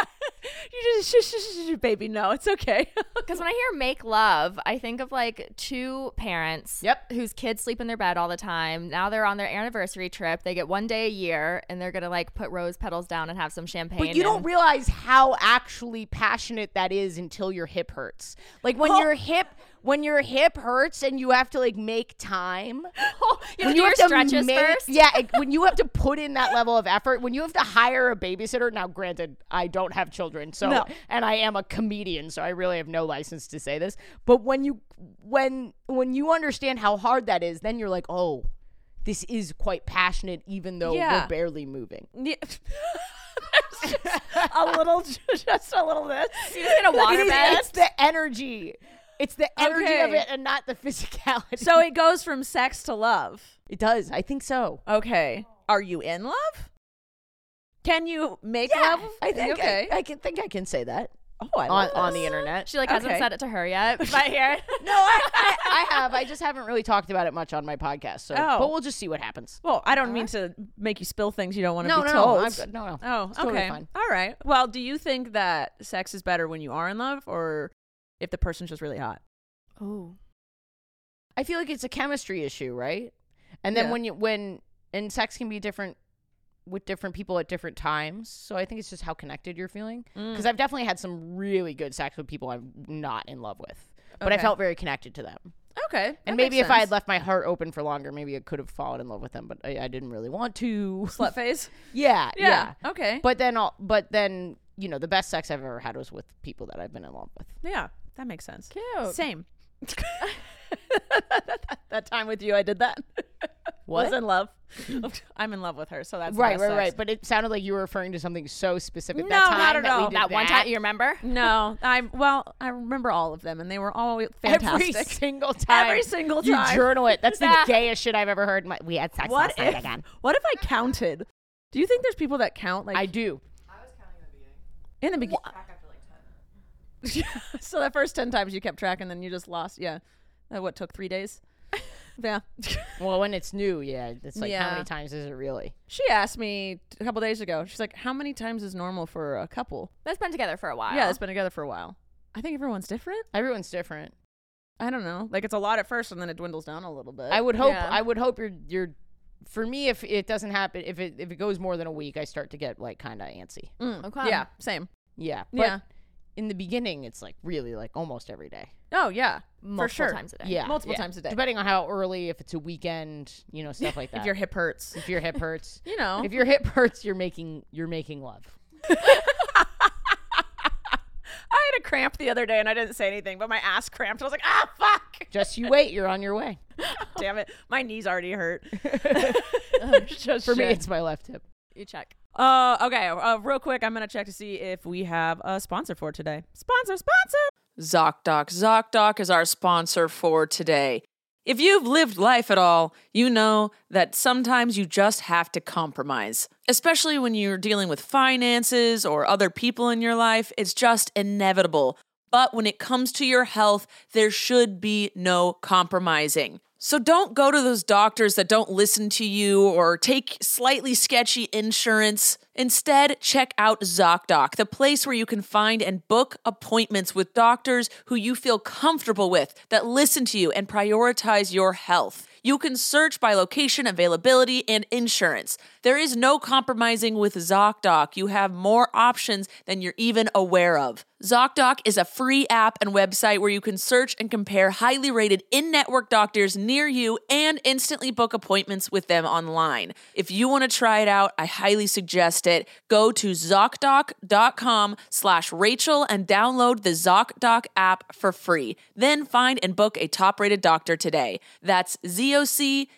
[SPEAKER 1] you just shh, shh, shh, shh, baby. No, it's okay.
[SPEAKER 3] because when I hear make love, I think of like two parents
[SPEAKER 2] Yep.
[SPEAKER 3] whose kids sleep in their bed all the time. Now they're on their anniversary trip. They get one day a year and they're gonna like put rose petals down and have some champagne.
[SPEAKER 2] But you don't
[SPEAKER 3] and-
[SPEAKER 2] realize how actually passionate that is until your hip hurts. Like when your hip when your hip hurts and you have to like make time.
[SPEAKER 3] Oh, you have to do your stretches first?
[SPEAKER 2] Yeah, it- when you have to put in that level of effort, when you have to hire a babysitter. Now, granted, I don't have children, so
[SPEAKER 1] No.
[SPEAKER 2] and I am a comedian, so I really have no license to say this. But when you when when you understand how hard that is, then you're like, oh, this is quite passionate, even though
[SPEAKER 1] Yeah.
[SPEAKER 2] we're barely moving.
[SPEAKER 1] Yeah. Just a little, just a little this. You
[SPEAKER 3] just get a water
[SPEAKER 2] It is-
[SPEAKER 3] bed?
[SPEAKER 2] It's the energy. It's the energy of
[SPEAKER 1] Okay.
[SPEAKER 2] it and not the physicality.
[SPEAKER 1] So it goes from sex to love.
[SPEAKER 2] it does. I think so.
[SPEAKER 1] Okay. Are you in love? Can you make love?
[SPEAKER 2] I think
[SPEAKER 1] Okay.
[SPEAKER 2] I, I can think I can say that
[SPEAKER 1] oh, I
[SPEAKER 2] on,
[SPEAKER 1] love
[SPEAKER 2] on
[SPEAKER 1] this.
[SPEAKER 2] the internet.
[SPEAKER 3] She like hasn't
[SPEAKER 1] Okay.
[SPEAKER 3] said it to her yet, but here
[SPEAKER 2] no, I, I, I have. I just haven't really talked about it much on my podcast. So,
[SPEAKER 1] Oh.
[SPEAKER 2] but we'll just see what happens.
[SPEAKER 1] Well, I don't mean to make you spill things you don't want to
[SPEAKER 2] No,
[SPEAKER 1] be
[SPEAKER 2] no,
[SPEAKER 1] told.
[SPEAKER 2] no, I'm good. No, no.
[SPEAKER 1] Oh,
[SPEAKER 2] It's
[SPEAKER 1] okay.
[SPEAKER 2] totally fine.
[SPEAKER 1] All right. Well, do you think that sex is better when you are in love or if the person's just really hot?
[SPEAKER 3] Oh,
[SPEAKER 2] I feel like it's a chemistry issue, right? And then
[SPEAKER 1] Yeah.
[SPEAKER 2] when you when and sex can be different with different people at different times. So I think it's just how connected you're feeling.
[SPEAKER 3] Mm.
[SPEAKER 2] Because I've definitely had some really good sex with people I'm not in love with, but I
[SPEAKER 1] Okay.
[SPEAKER 2] felt very connected to them.
[SPEAKER 3] Okay. that
[SPEAKER 2] and maybe
[SPEAKER 3] makes
[SPEAKER 2] if I had
[SPEAKER 3] sense.
[SPEAKER 2] left my heart open for longer, maybe I could have fallen in love with them, but I, I didn't really want to.
[SPEAKER 3] slut phase.
[SPEAKER 2] yeah,
[SPEAKER 3] Yeah.
[SPEAKER 2] yeah.
[SPEAKER 3] Okay.
[SPEAKER 2] But then, all, but then, you know, the best sex I've ever had was with people that I've been in love with.
[SPEAKER 1] Yeah, that makes sense.
[SPEAKER 3] Cute.
[SPEAKER 1] Same.
[SPEAKER 2] That time with you, I did that.
[SPEAKER 1] Was in love. I'm in love with her, so that's the
[SPEAKER 2] Right,
[SPEAKER 1] best
[SPEAKER 2] right,
[SPEAKER 1] sex.
[SPEAKER 2] right. But it sounded like you were referring to something so specific.
[SPEAKER 1] No,
[SPEAKER 2] that time
[SPEAKER 1] not at
[SPEAKER 2] that we
[SPEAKER 1] all.
[SPEAKER 2] did
[SPEAKER 3] that one
[SPEAKER 2] that.
[SPEAKER 3] time, you remember?
[SPEAKER 1] No, I well, I remember all of them, and they were all
[SPEAKER 2] Every
[SPEAKER 1] fantastic.
[SPEAKER 2] single time.
[SPEAKER 1] Every single
[SPEAKER 2] You
[SPEAKER 1] time.
[SPEAKER 2] journal it. That's the
[SPEAKER 3] Yeah.
[SPEAKER 2] gayest shit I've ever heard. My, we had sex
[SPEAKER 1] what
[SPEAKER 2] last night
[SPEAKER 1] if?
[SPEAKER 2] again.
[SPEAKER 1] What if I counted? Do you think there's people that count like
[SPEAKER 2] I do.
[SPEAKER 1] in the beginning? so that first ten times you kept track, and then you just lost. Yeah, that what took three days. yeah.
[SPEAKER 2] Well, when it's new, yeah. It's like,
[SPEAKER 1] Yeah.
[SPEAKER 2] how many times is it really?
[SPEAKER 1] she asked me a couple days ago. She's like, "How many times is normal for a couple?"
[SPEAKER 3] That's been together for a while.
[SPEAKER 1] Yeah, it's been together for a while. I think everyone's different.
[SPEAKER 2] Everyone's different.
[SPEAKER 1] I don't know. Like it's a lot at first, and then it dwindles down a little bit.
[SPEAKER 2] I would hope.
[SPEAKER 3] Yeah.
[SPEAKER 2] I would hope you're. you're for me, if it doesn't happen, if it if it goes more than a week, I start to get like kind of antsy.
[SPEAKER 1] Mm,
[SPEAKER 3] Okay.
[SPEAKER 1] Yeah, same.
[SPEAKER 2] Yeah, but
[SPEAKER 1] Yeah.
[SPEAKER 2] In the beginning, it's like really like almost every day.
[SPEAKER 1] Oh yeah,
[SPEAKER 3] multiple
[SPEAKER 1] for sure.
[SPEAKER 3] times a day.
[SPEAKER 2] Yeah,
[SPEAKER 1] Multiple
[SPEAKER 2] yeah.
[SPEAKER 1] times a day.
[SPEAKER 2] depending on how early, if it's a weekend, you know, stuff like that.
[SPEAKER 1] If your hip hurts,
[SPEAKER 2] if your hip hurts,
[SPEAKER 1] you know.
[SPEAKER 2] if your hip hurts, you're making you're making love.
[SPEAKER 1] I had a cramp the other day and I didn't say anything, but my ass cramped. I was like, ah, fuck.
[SPEAKER 2] Just you wait, you're on your way.
[SPEAKER 1] Damn it. My knees already hurt.
[SPEAKER 4] Oh,
[SPEAKER 2] For me, it's my left hip.
[SPEAKER 3] You check.
[SPEAKER 1] Uh, okay, uh, real quick, I'm going to check to see if we have a sponsor for today. Sponsor, sponsor.
[SPEAKER 4] ZocDoc. ZocDoc is our sponsor for today. If you've lived life at all, you know that sometimes you just have to compromise, especially when you're dealing with finances or other people in your life. It's just inevitable. But when it comes to your health, there should be no compromising. So don't go to those doctors that don't listen to you or take slightly sketchy insurance. Instead, check out ZocDoc, the place where you can find and book appointments with doctors who you feel comfortable with, that listen to you and prioritize your health. You can search by location, availability, and insurance. There is no compromising with ZocDoc. You have more options than you're even aware of. ZocDoc is a free app and website where you can search and compare highly rated in network doctors near you and instantly book appointments with them online. If you want to try it out, I highly suggest it. Go to ZocDoc.com slash Rachel and download the ZocDoc app for free. Then find and book a top rated doctor today. That's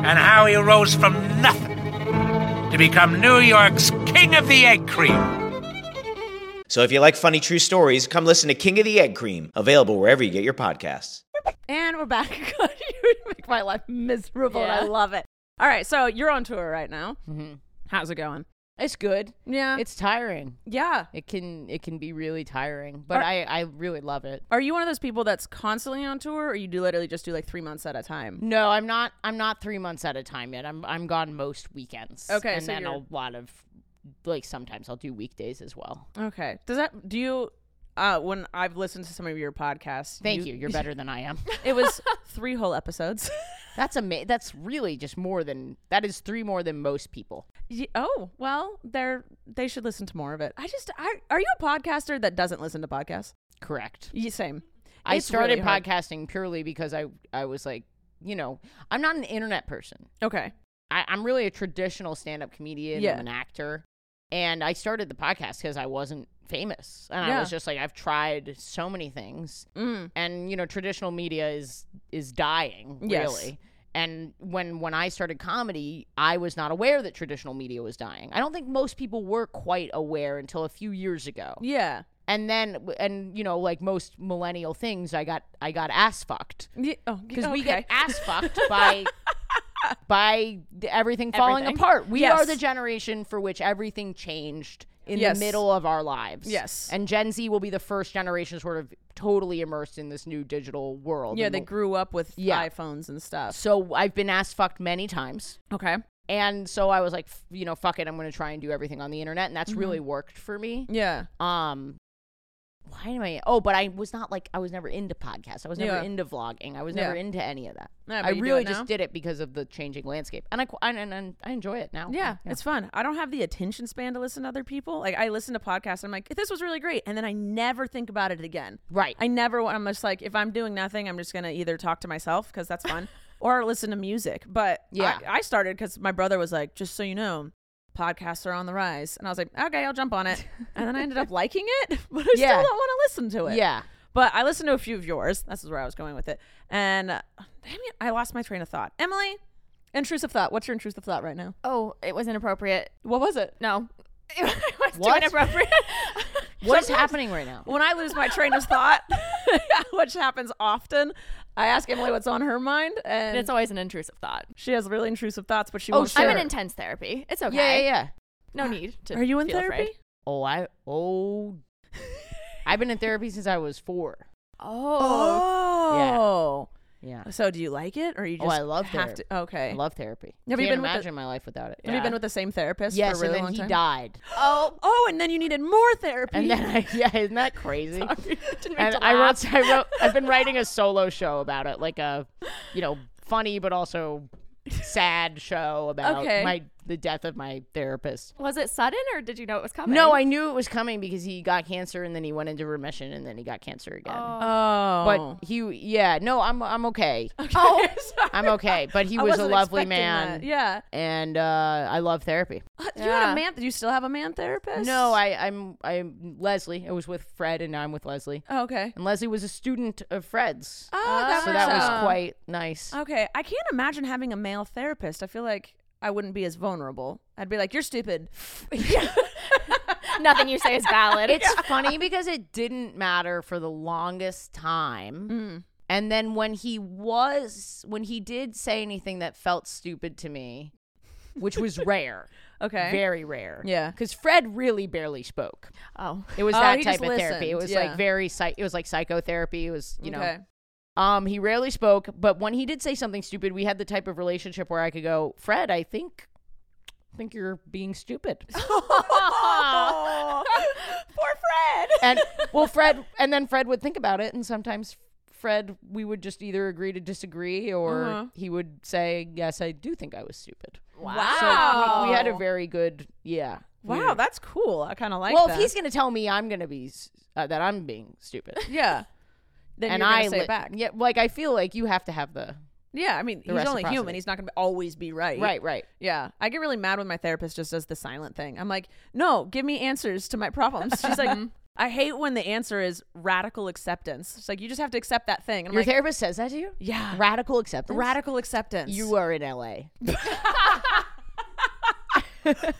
[SPEAKER 5] and how he rose from nothing to become New York's King of the Egg Cream.
[SPEAKER 6] So if you like funny true stories, come listen to King of the Egg Cream, available wherever you get your podcasts.
[SPEAKER 1] And we're back. God, you make my life miserable and I
[SPEAKER 2] Yeah.
[SPEAKER 1] love it. All right, so you're on tour right now. How's it going?
[SPEAKER 2] It's good.
[SPEAKER 1] Yeah.
[SPEAKER 2] It's tiring.
[SPEAKER 1] yeah.
[SPEAKER 2] It can it can be really tiring, but I I really love it.
[SPEAKER 1] Are you one of those people that's constantly on tour or you do literally just do like three months at a time?
[SPEAKER 2] No, I'm not. I'm not three months at a time yet. I'm I'm gone most weekends.
[SPEAKER 1] Okay,
[SPEAKER 2] and
[SPEAKER 1] so
[SPEAKER 2] then
[SPEAKER 1] you're-
[SPEAKER 2] a lot of like sometimes I'll do weekdays as well.
[SPEAKER 1] Okay. Does that, do you, uh, when I've listened to some of your podcasts,
[SPEAKER 2] Thank you. you. are better than I am.
[SPEAKER 1] It was three whole episodes.
[SPEAKER 2] that's ama- That's really just more than that is three more than most people.
[SPEAKER 1] Ye- oh well, they're they should listen to more of it. I just, I, are you a podcaster that doesn't listen to podcasts?
[SPEAKER 2] Correct.
[SPEAKER 1] Ye- same.
[SPEAKER 2] I
[SPEAKER 1] It's
[SPEAKER 2] started
[SPEAKER 1] really hard.
[SPEAKER 2] podcasting purely because I I was like you know I'm not an internet person.
[SPEAKER 1] Okay.
[SPEAKER 2] I, I'm really a traditional stand up comedian.
[SPEAKER 1] Yeah.
[SPEAKER 2] I'm an actor. And I started the podcast because I wasn't famous. And
[SPEAKER 1] Yeah.
[SPEAKER 2] I was just like, I've tried so many things.
[SPEAKER 1] Mm.
[SPEAKER 2] And, you know, traditional media is is dying,
[SPEAKER 1] Yes.
[SPEAKER 2] really. And when when I started comedy, I was not aware that traditional media was dying. I don't think most people were quite aware until a few years ago.
[SPEAKER 1] Yeah.
[SPEAKER 2] And then and you know like most millennial things, I got I got ass fucked
[SPEAKER 1] because
[SPEAKER 2] we get ass fucked by by th- everything falling
[SPEAKER 1] Everything.
[SPEAKER 2] apart. We
[SPEAKER 1] Yes.
[SPEAKER 2] are the generation for which everything changed in
[SPEAKER 1] Yes.
[SPEAKER 2] the middle of our lives.
[SPEAKER 1] Yes.
[SPEAKER 2] And Gen Z will be the first generation sort of totally immersed in this new digital world.
[SPEAKER 1] Yeah,
[SPEAKER 2] And
[SPEAKER 1] they
[SPEAKER 2] we'll-
[SPEAKER 1] grew up with
[SPEAKER 2] Yeah.
[SPEAKER 1] iPhones and stuff.
[SPEAKER 2] So I've been ass fucked many times.
[SPEAKER 1] Okay.
[SPEAKER 2] And so I was like, f- you know, fuck it, I'm going to try and do everything on the internet, and
[SPEAKER 1] Mm-hmm.
[SPEAKER 2] that's really worked for me.
[SPEAKER 1] Yeah.
[SPEAKER 2] Um why am I Oh, but I was not like I was never into podcasts. I was never
[SPEAKER 1] Yeah.
[SPEAKER 2] into vlogging. I was never
[SPEAKER 1] Yeah.
[SPEAKER 2] into any of that.
[SPEAKER 1] Yeah, but
[SPEAKER 2] I
[SPEAKER 1] you do
[SPEAKER 2] really
[SPEAKER 1] it now?
[SPEAKER 2] just did it because of the changing landscape. And I qu- and, and, and I enjoy it now.
[SPEAKER 1] Yeah, it's fun. I don't have the attention span to listen to other people. Like I listen to podcasts, and I'm like, this was really great, and then I never think about it again.
[SPEAKER 2] Right.
[SPEAKER 1] I never. wa- I'm just like, if I'm doing nothing, I'm just gonna either talk to myself because that's fun, or listen to music. But
[SPEAKER 2] Yeah.
[SPEAKER 1] I, I started because my brother was like, just so you know, podcasts are on the rise, and I was like, okay, I'll jump on it, and then I ended up liking it, but I
[SPEAKER 2] Yeah.
[SPEAKER 1] still don't want to listen to it.
[SPEAKER 2] Yeah.
[SPEAKER 1] But I listened to a few of yours. This is where I was going with it, and uh, damn it, I lost my train of thought. Emily, intrusive thought. What's your intrusive thought right now?
[SPEAKER 3] Oh, it was inappropriate.
[SPEAKER 1] What was it?
[SPEAKER 3] No. It was too
[SPEAKER 2] What?
[SPEAKER 3] inappropriate.
[SPEAKER 2] What is happening right now?
[SPEAKER 1] when I lose my train of thought, which happens often, I ask Emily what's on her mind, and
[SPEAKER 3] And it's always an intrusive thought.
[SPEAKER 1] she has really intrusive thoughts, but she
[SPEAKER 2] Oh,
[SPEAKER 1] won't
[SPEAKER 2] sure.
[SPEAKER 3] I'm
[SPEAKER 1] share.
[SPEAKER 3] in intense therapy. It's okay.
[SPEAKER 2] Yeah, yeah, yeah.
[SPEAKER 3] No need to.
[SPEAKER 1] Are you in
[SPEAKER 3] feel
[SPEAKER 1] therapy?
[SPEAKER 3] afraid.
[SPEAKER 2] Oh, I oh, I've been in therapy since I was four.
[SPEAKER 3] Oh.
[SPEAKER 1] Oh,
[SPEAKER 2] Yeah,
[SPEAKER 1] So do you like it, or you
[SPEAKER 2] Oh,
[SPEAKER 1] just
[SPEAKER 2] I love
[SPEAKER 1] have
[SPEAKER 2] therapy.
[SPEAKER 1] to? Okay.
[SPEAKER 2] I love therapy.
[SPEAKER 1] Have
[SPEAKER 2] Can't
[SPEAKER 1] you been with the-
[SPEAKER 2] imagine my life without it.
[SPEAKER 1] Have you been with the same therapist
[SPEAKER 2] Yes,
[SPEAKER 1] for a really
[SPEAKER 2] and
[SPEAKER 1] long
[SPEAKER 2] then he
[SPEAKER 1] time?
[SPEAKER 2] died,
[SPEAKER 1] Oh, oh, and then you needed more therapy.
[SPEAKER 2] and then I, yeah, isn't that crazy?
[SPEAKER 3] Didn't mean
[SPEAKER 2] and
[SPEAKER 3] to
[SPEAKER 2] I
[SPEAKER 3] laugh.
[SPEAKER 2] wrote, I wrote, I've been writing a solo show about it, like a, you know, funny but also sad show about
[SPEAKER 1] Okay.
[SPEAKER 2] my the death of my therapist.
[SPEAKER 3] Was it sudden or did you know it was coming?
[SPEAKER 2] No, I knew it was coming because he got cancer and then he went into remission and then he got cancer again.
[SPEAKER 1] oh,
[SPEAKER 2] But he, yeah, no, I'm I'm okay.
[SPEAKER 1] oh,
[SPEAKER 2] I'm okay, but he
[SPEAKER 1] I
[SPEAKER 2] was a
[SPEAKER 1] wasn't
[SPEAKER 2] lovely
[SPEAKER 1] expecting
[SPEAKER 2] man.
[SPEAKER 1] that. Yeah.
[SPEAKER 2] and uh, I love therapy.
[SPEAKER 1] You had
[SPEAKER 3] Yeah.
[SPEAKER 1] a man. Do you still have a man therapist?
[SPEAKER 2] No, I, I'm I'm Leslie. I was with Fred, and now I'm with Leslie.
[SPEAKER 1] Oh, okay.
[SPEAKER 2] And Leslie was a student of Fred's,
[SPEAKER 1] Oh, that
[SPEAKER 2] so
[SPEAKER 1] works
[SPEAKER 2] that was
[SPEAKER 1] out.
[SPEAKER 2] quite nice.
[SPEAKER 1] Okay, I can't imagine having a male therapist. I feel like I wouldn't be as vulnerable. I'd be like, "You're stupid." yeah.
[SPEAKER 3] Nothing you say is valid.
[SPEAKER 2] It's funny because it didn't matter for the longest time. And then when he was, when he did say anything that felt stupid to me, which was rare,
[SPEAKER 1] Okay.
[SPEAKER 2] very rare.
[SPEAKER 1] Yeah.
[SPEAKER 2] Because Fred really barely spoke.
[SPEAKER 3] Oh.
[SPEAKER 2] It was
[SPEAKER 1] Oh,
[SPEAKER 2] that
[SPEAKER 1] he
[SPEAKER 2] type
[SPEAKER 1] just
[SPEAKER 2] of therapy. It
[SPEAKER 1] listened.
[SPEAKER 2] was
[SPEAKER 1] Yeah.
[SPEAKER 2] like very psych. It was like psychotherapy. It was you
[SPEAKER 1] Okay.
[SPEAKER 2] know. Um, he rarely spoke, but when he did say something stupid, we had the type of relationship where I could go, Fred, I think, I think you're being stupid.
[SPEAKER 1] Oh, poor Fred.
[SPEAKER 2] and well, Fred, and then Fred would think about it, and sometimes Fred, we would just either agree to disagree, or
[SPEAKER 1] Uh-huh.
[SPEAKER 2] he would say, "Yes, I do think I was stupid." So we, we had a very good, yeah. we
[SPEAKER 1] wow,
[SPEAKER 2] were-
[SPEAKER 1] that's cool. I kind of like.
[SPEAKER 2] well,
[SPEAKER 1] that.
[SPEAKER 2] if he's gonna tell me I'm gonna be s- uh, that I'm being stupid,
[SPEAKER 1] yeah, then
[SPEAKER 2] and
[SPEAKER 1] you're gonna
[SPEAKER 2] I
[SPEAKER 1] say it
[SPEAKER 2] li-
[SPEAKER 1] back.
[SPEAKER 2] Yeah, like I feel like you have to have the
[SPEAKER 1] Yeah, I mean, he's only human.
[SPEAKER 2] reciprocity.
[SPEAKER 1] He's not going to always be right.
[SPEAKER 2] right, right.
[SPEAKER 1] Yeah, I get really mad when my therapist just does the silent thing. I'm like, no, give me answers to my problems. She's like, I hate when the answer is radical acceptance. It's like you just have to accept that thing. And I'm
[SPEAKER 2] Your
[SPEAKER 1] like,
[SPEAKER 2] therapist says that to you?
[SPEAKER 1] Yeah.
[SPEAKER 2] Radical acceptance.
[SPEAKER 1] radical acceptance.
[SPEAKER 2] You are in LA.
[SPEAKER 1] Why is there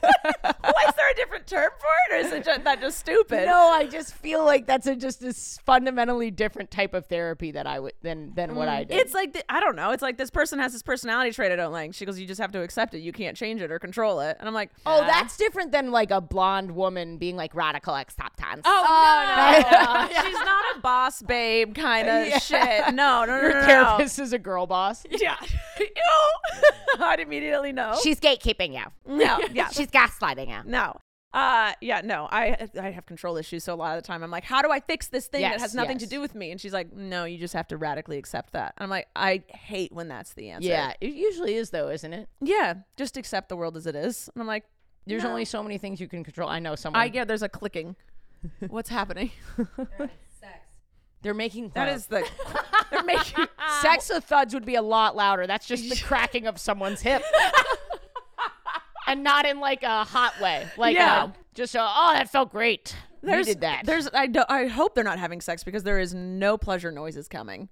[SPEAKER 1] a different term for it, or is it just, that just stupid?
[SPEAKER 2] no, I just feel like that's a just this fundamentally different type of therapy that I would than than what I did.
[SPEAKER 1] It's like the, I don't know. It's like this person has this personality trait I don't like. She goes, "You just have to accept it. You can't change it or control it." And I'm like,
[SPEAKER 2] oh, that's different than like a blonde woman being like radical acceptance.
[SPEAKER 1] Oh,
[SPEAKER 2] no.
[SPEAKER 1] no, she's not a boss babe kind of shit. No, no, no,
[SPEAKER 2] Your
[SPEAKER 1] no, no.
[SPEAKER 2] therapist is a girl boss.
[SPEAKER 1] Yeah, Ew. I'd immediately know.
[SPEAKER 2] She's gatekeeping you.
[SPEAKER 1] no, yeah,
[SPEAKER 2] She's gaslighting you.
[SPEAKER 1] no. Uh, yeah, no. I I have control issues, so a lot of the time I'm like, how do I fix this thing that
[SPEAKER 2] Yes,
[SPEAKER 1] has nothing
[SPEAKER 2] yes.
[SPEAKER 1] to do with me? And she's like, no, you just have to radically accept that. And I'm like, I hate when that's the answer.
[SPEAKER 2] Yeah, it usually is though, isn't it?
[SPEAKER 1] yeah. Just accept the world as it is. And I'm like,
[SPEAKER 2] There's
[SPEAKER 1] no.
[SPEAKER 2] only so many things you can control. I know someone.
[SPEAKER 1] I yeah. There's a clicking. What's happening?
[SPEAKER 2] They're making
[SPEAKER 1] That
[SPEAKER 2] love.
[SPEAKER 1] is the they're making.
[SPEAKER 2] Sex of thuds would be a lot louder. That's just the cracking of someone's hip. and not in like a hot way. Like
[SPEAKER 1] Yeah.
[SPEAKER 2] uh, just a, oh, that felt great.
[SPEAKER 1] There's,
[SPEAKER 2] you did that.
[SPEAKER 1] There's I do, I hope they're not having sex because there is no pleasure noises coming.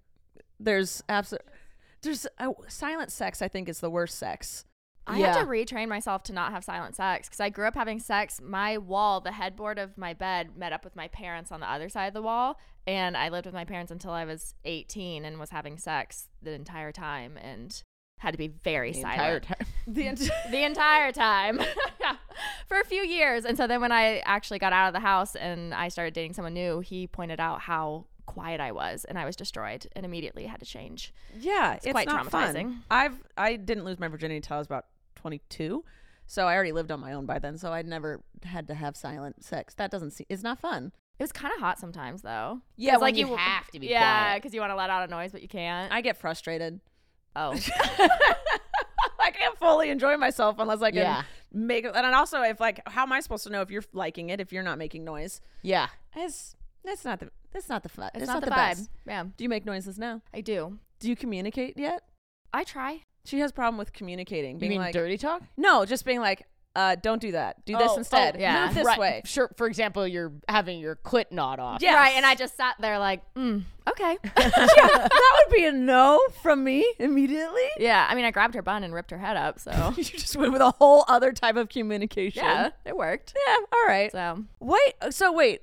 [SPEAKER 1] There's absolutely There's uh, silent sex. I think is the worst sex.
[SPEAKER 3] I had to retrain myself to not have silent sex because I grew up having sex. My wall, the headboard of my bed, met up with my parents on the other side of the wall, and I lived with my parents until I was 18 and was having sex the entire time and had to be very
[SPEAKER 2] The
[SPEAKER 3] silent
[SPEAKER 2] entire time.
[SPEAKER 3] the, the entire time Yeah. for a few years. And so then when I actually got out of the house and I started dating someone new, he pointed out how quiet I was and I was destroyed and immediately had to change.
[SPEAKER 1] Yeah,
[SPEAKER 3] It's quite
[SPEAKER 1] not fun.
[SPEAKER 3] traumatizing.
[SPEAKER 1] I've I didn't lose my virginity until I was about 22, so I already lived on my own by then. So I never had to have silent sex. That doesn't seem it's not fun.
[SPEAKER 3] It was kind of hot sometimes though.
[SPEAKER 1] Yeah,
[SPEAKER 3] 'Cause,
[SPEAKER 1] when you have to be
[SPEAKER 3] Yeah,
[SPEAKER 1] quiet.
[SPEAKER 3] because you want to let out a noise but you can't.
[SPEAKER 1] I get frustrated.
[SPEAKER 3] Oh.
[SPEAKER 1] I can't fully enjoy myself unless I can
[SPEAKER 2] Yeah.
[SPEAKER 1] make. And then also, if like, how am I supposed to know if you're liking it if you're not making noise?
[SPEAKER 2] Yeah.
[SPEAKER 1] It's that's not the that's not the fun.
[SPEAKER 3] It's not the vibe.
[SPEAKER 1] best.
[SPEAKER 3] Yeah.
[SPEAKER 1] Do you make noises now?
[SPEAKER 3] I do.
[SPEAKER 1] Do you communicate yet?
[SPEAKER 3] I try.
[SPEAKER 1] She has problem with communicating. Being
[SPEAKER 2] mean
[SPEAKER 1] like
[SPEAKER 2] dirty talk?
[SPEAKER 1] No, just being like, uh, don't do that. Do this
[SPEAKER 2] Oh, oh,
[SPEAKER 1] instead.
[SPEAKER 3] yeah.
[SPEAKER 1] Move this
[SPEAKER 2] Right.
[SPEAKER 1] way.
[SPEAKER 2] Sure. For example, you're having your clit knot off.
[SPEAKER 1] Yes.
[SPEAKER 3] Right. And I just sat there like, mm, okay.
[SPEAKER 1] that would be a no from me immediately.
[SPEAKER 3] yeah. I mean, I grabbed her bun and ripped her head up. So,
[SPEAKER 1] You just went with a whole other type of communication.
[SPEAKER 3] yeah, it worked.
[SPEAKER 1] Yeah. All right.
[SPEAKER 3] So,
[SPEAKER 1] Wait. uh, So wait.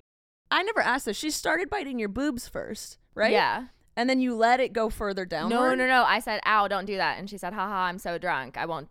[SPEAKER 1] I never asked this. She started biting your boobs first, right?
[SPEAKER 3] Yeah.
[SPEAKER 1] And then you let it go further down.
[SPEAKER 3] No, no, no. I said, ow, don't do that. And she said, haha, I'm so drunk. I won't.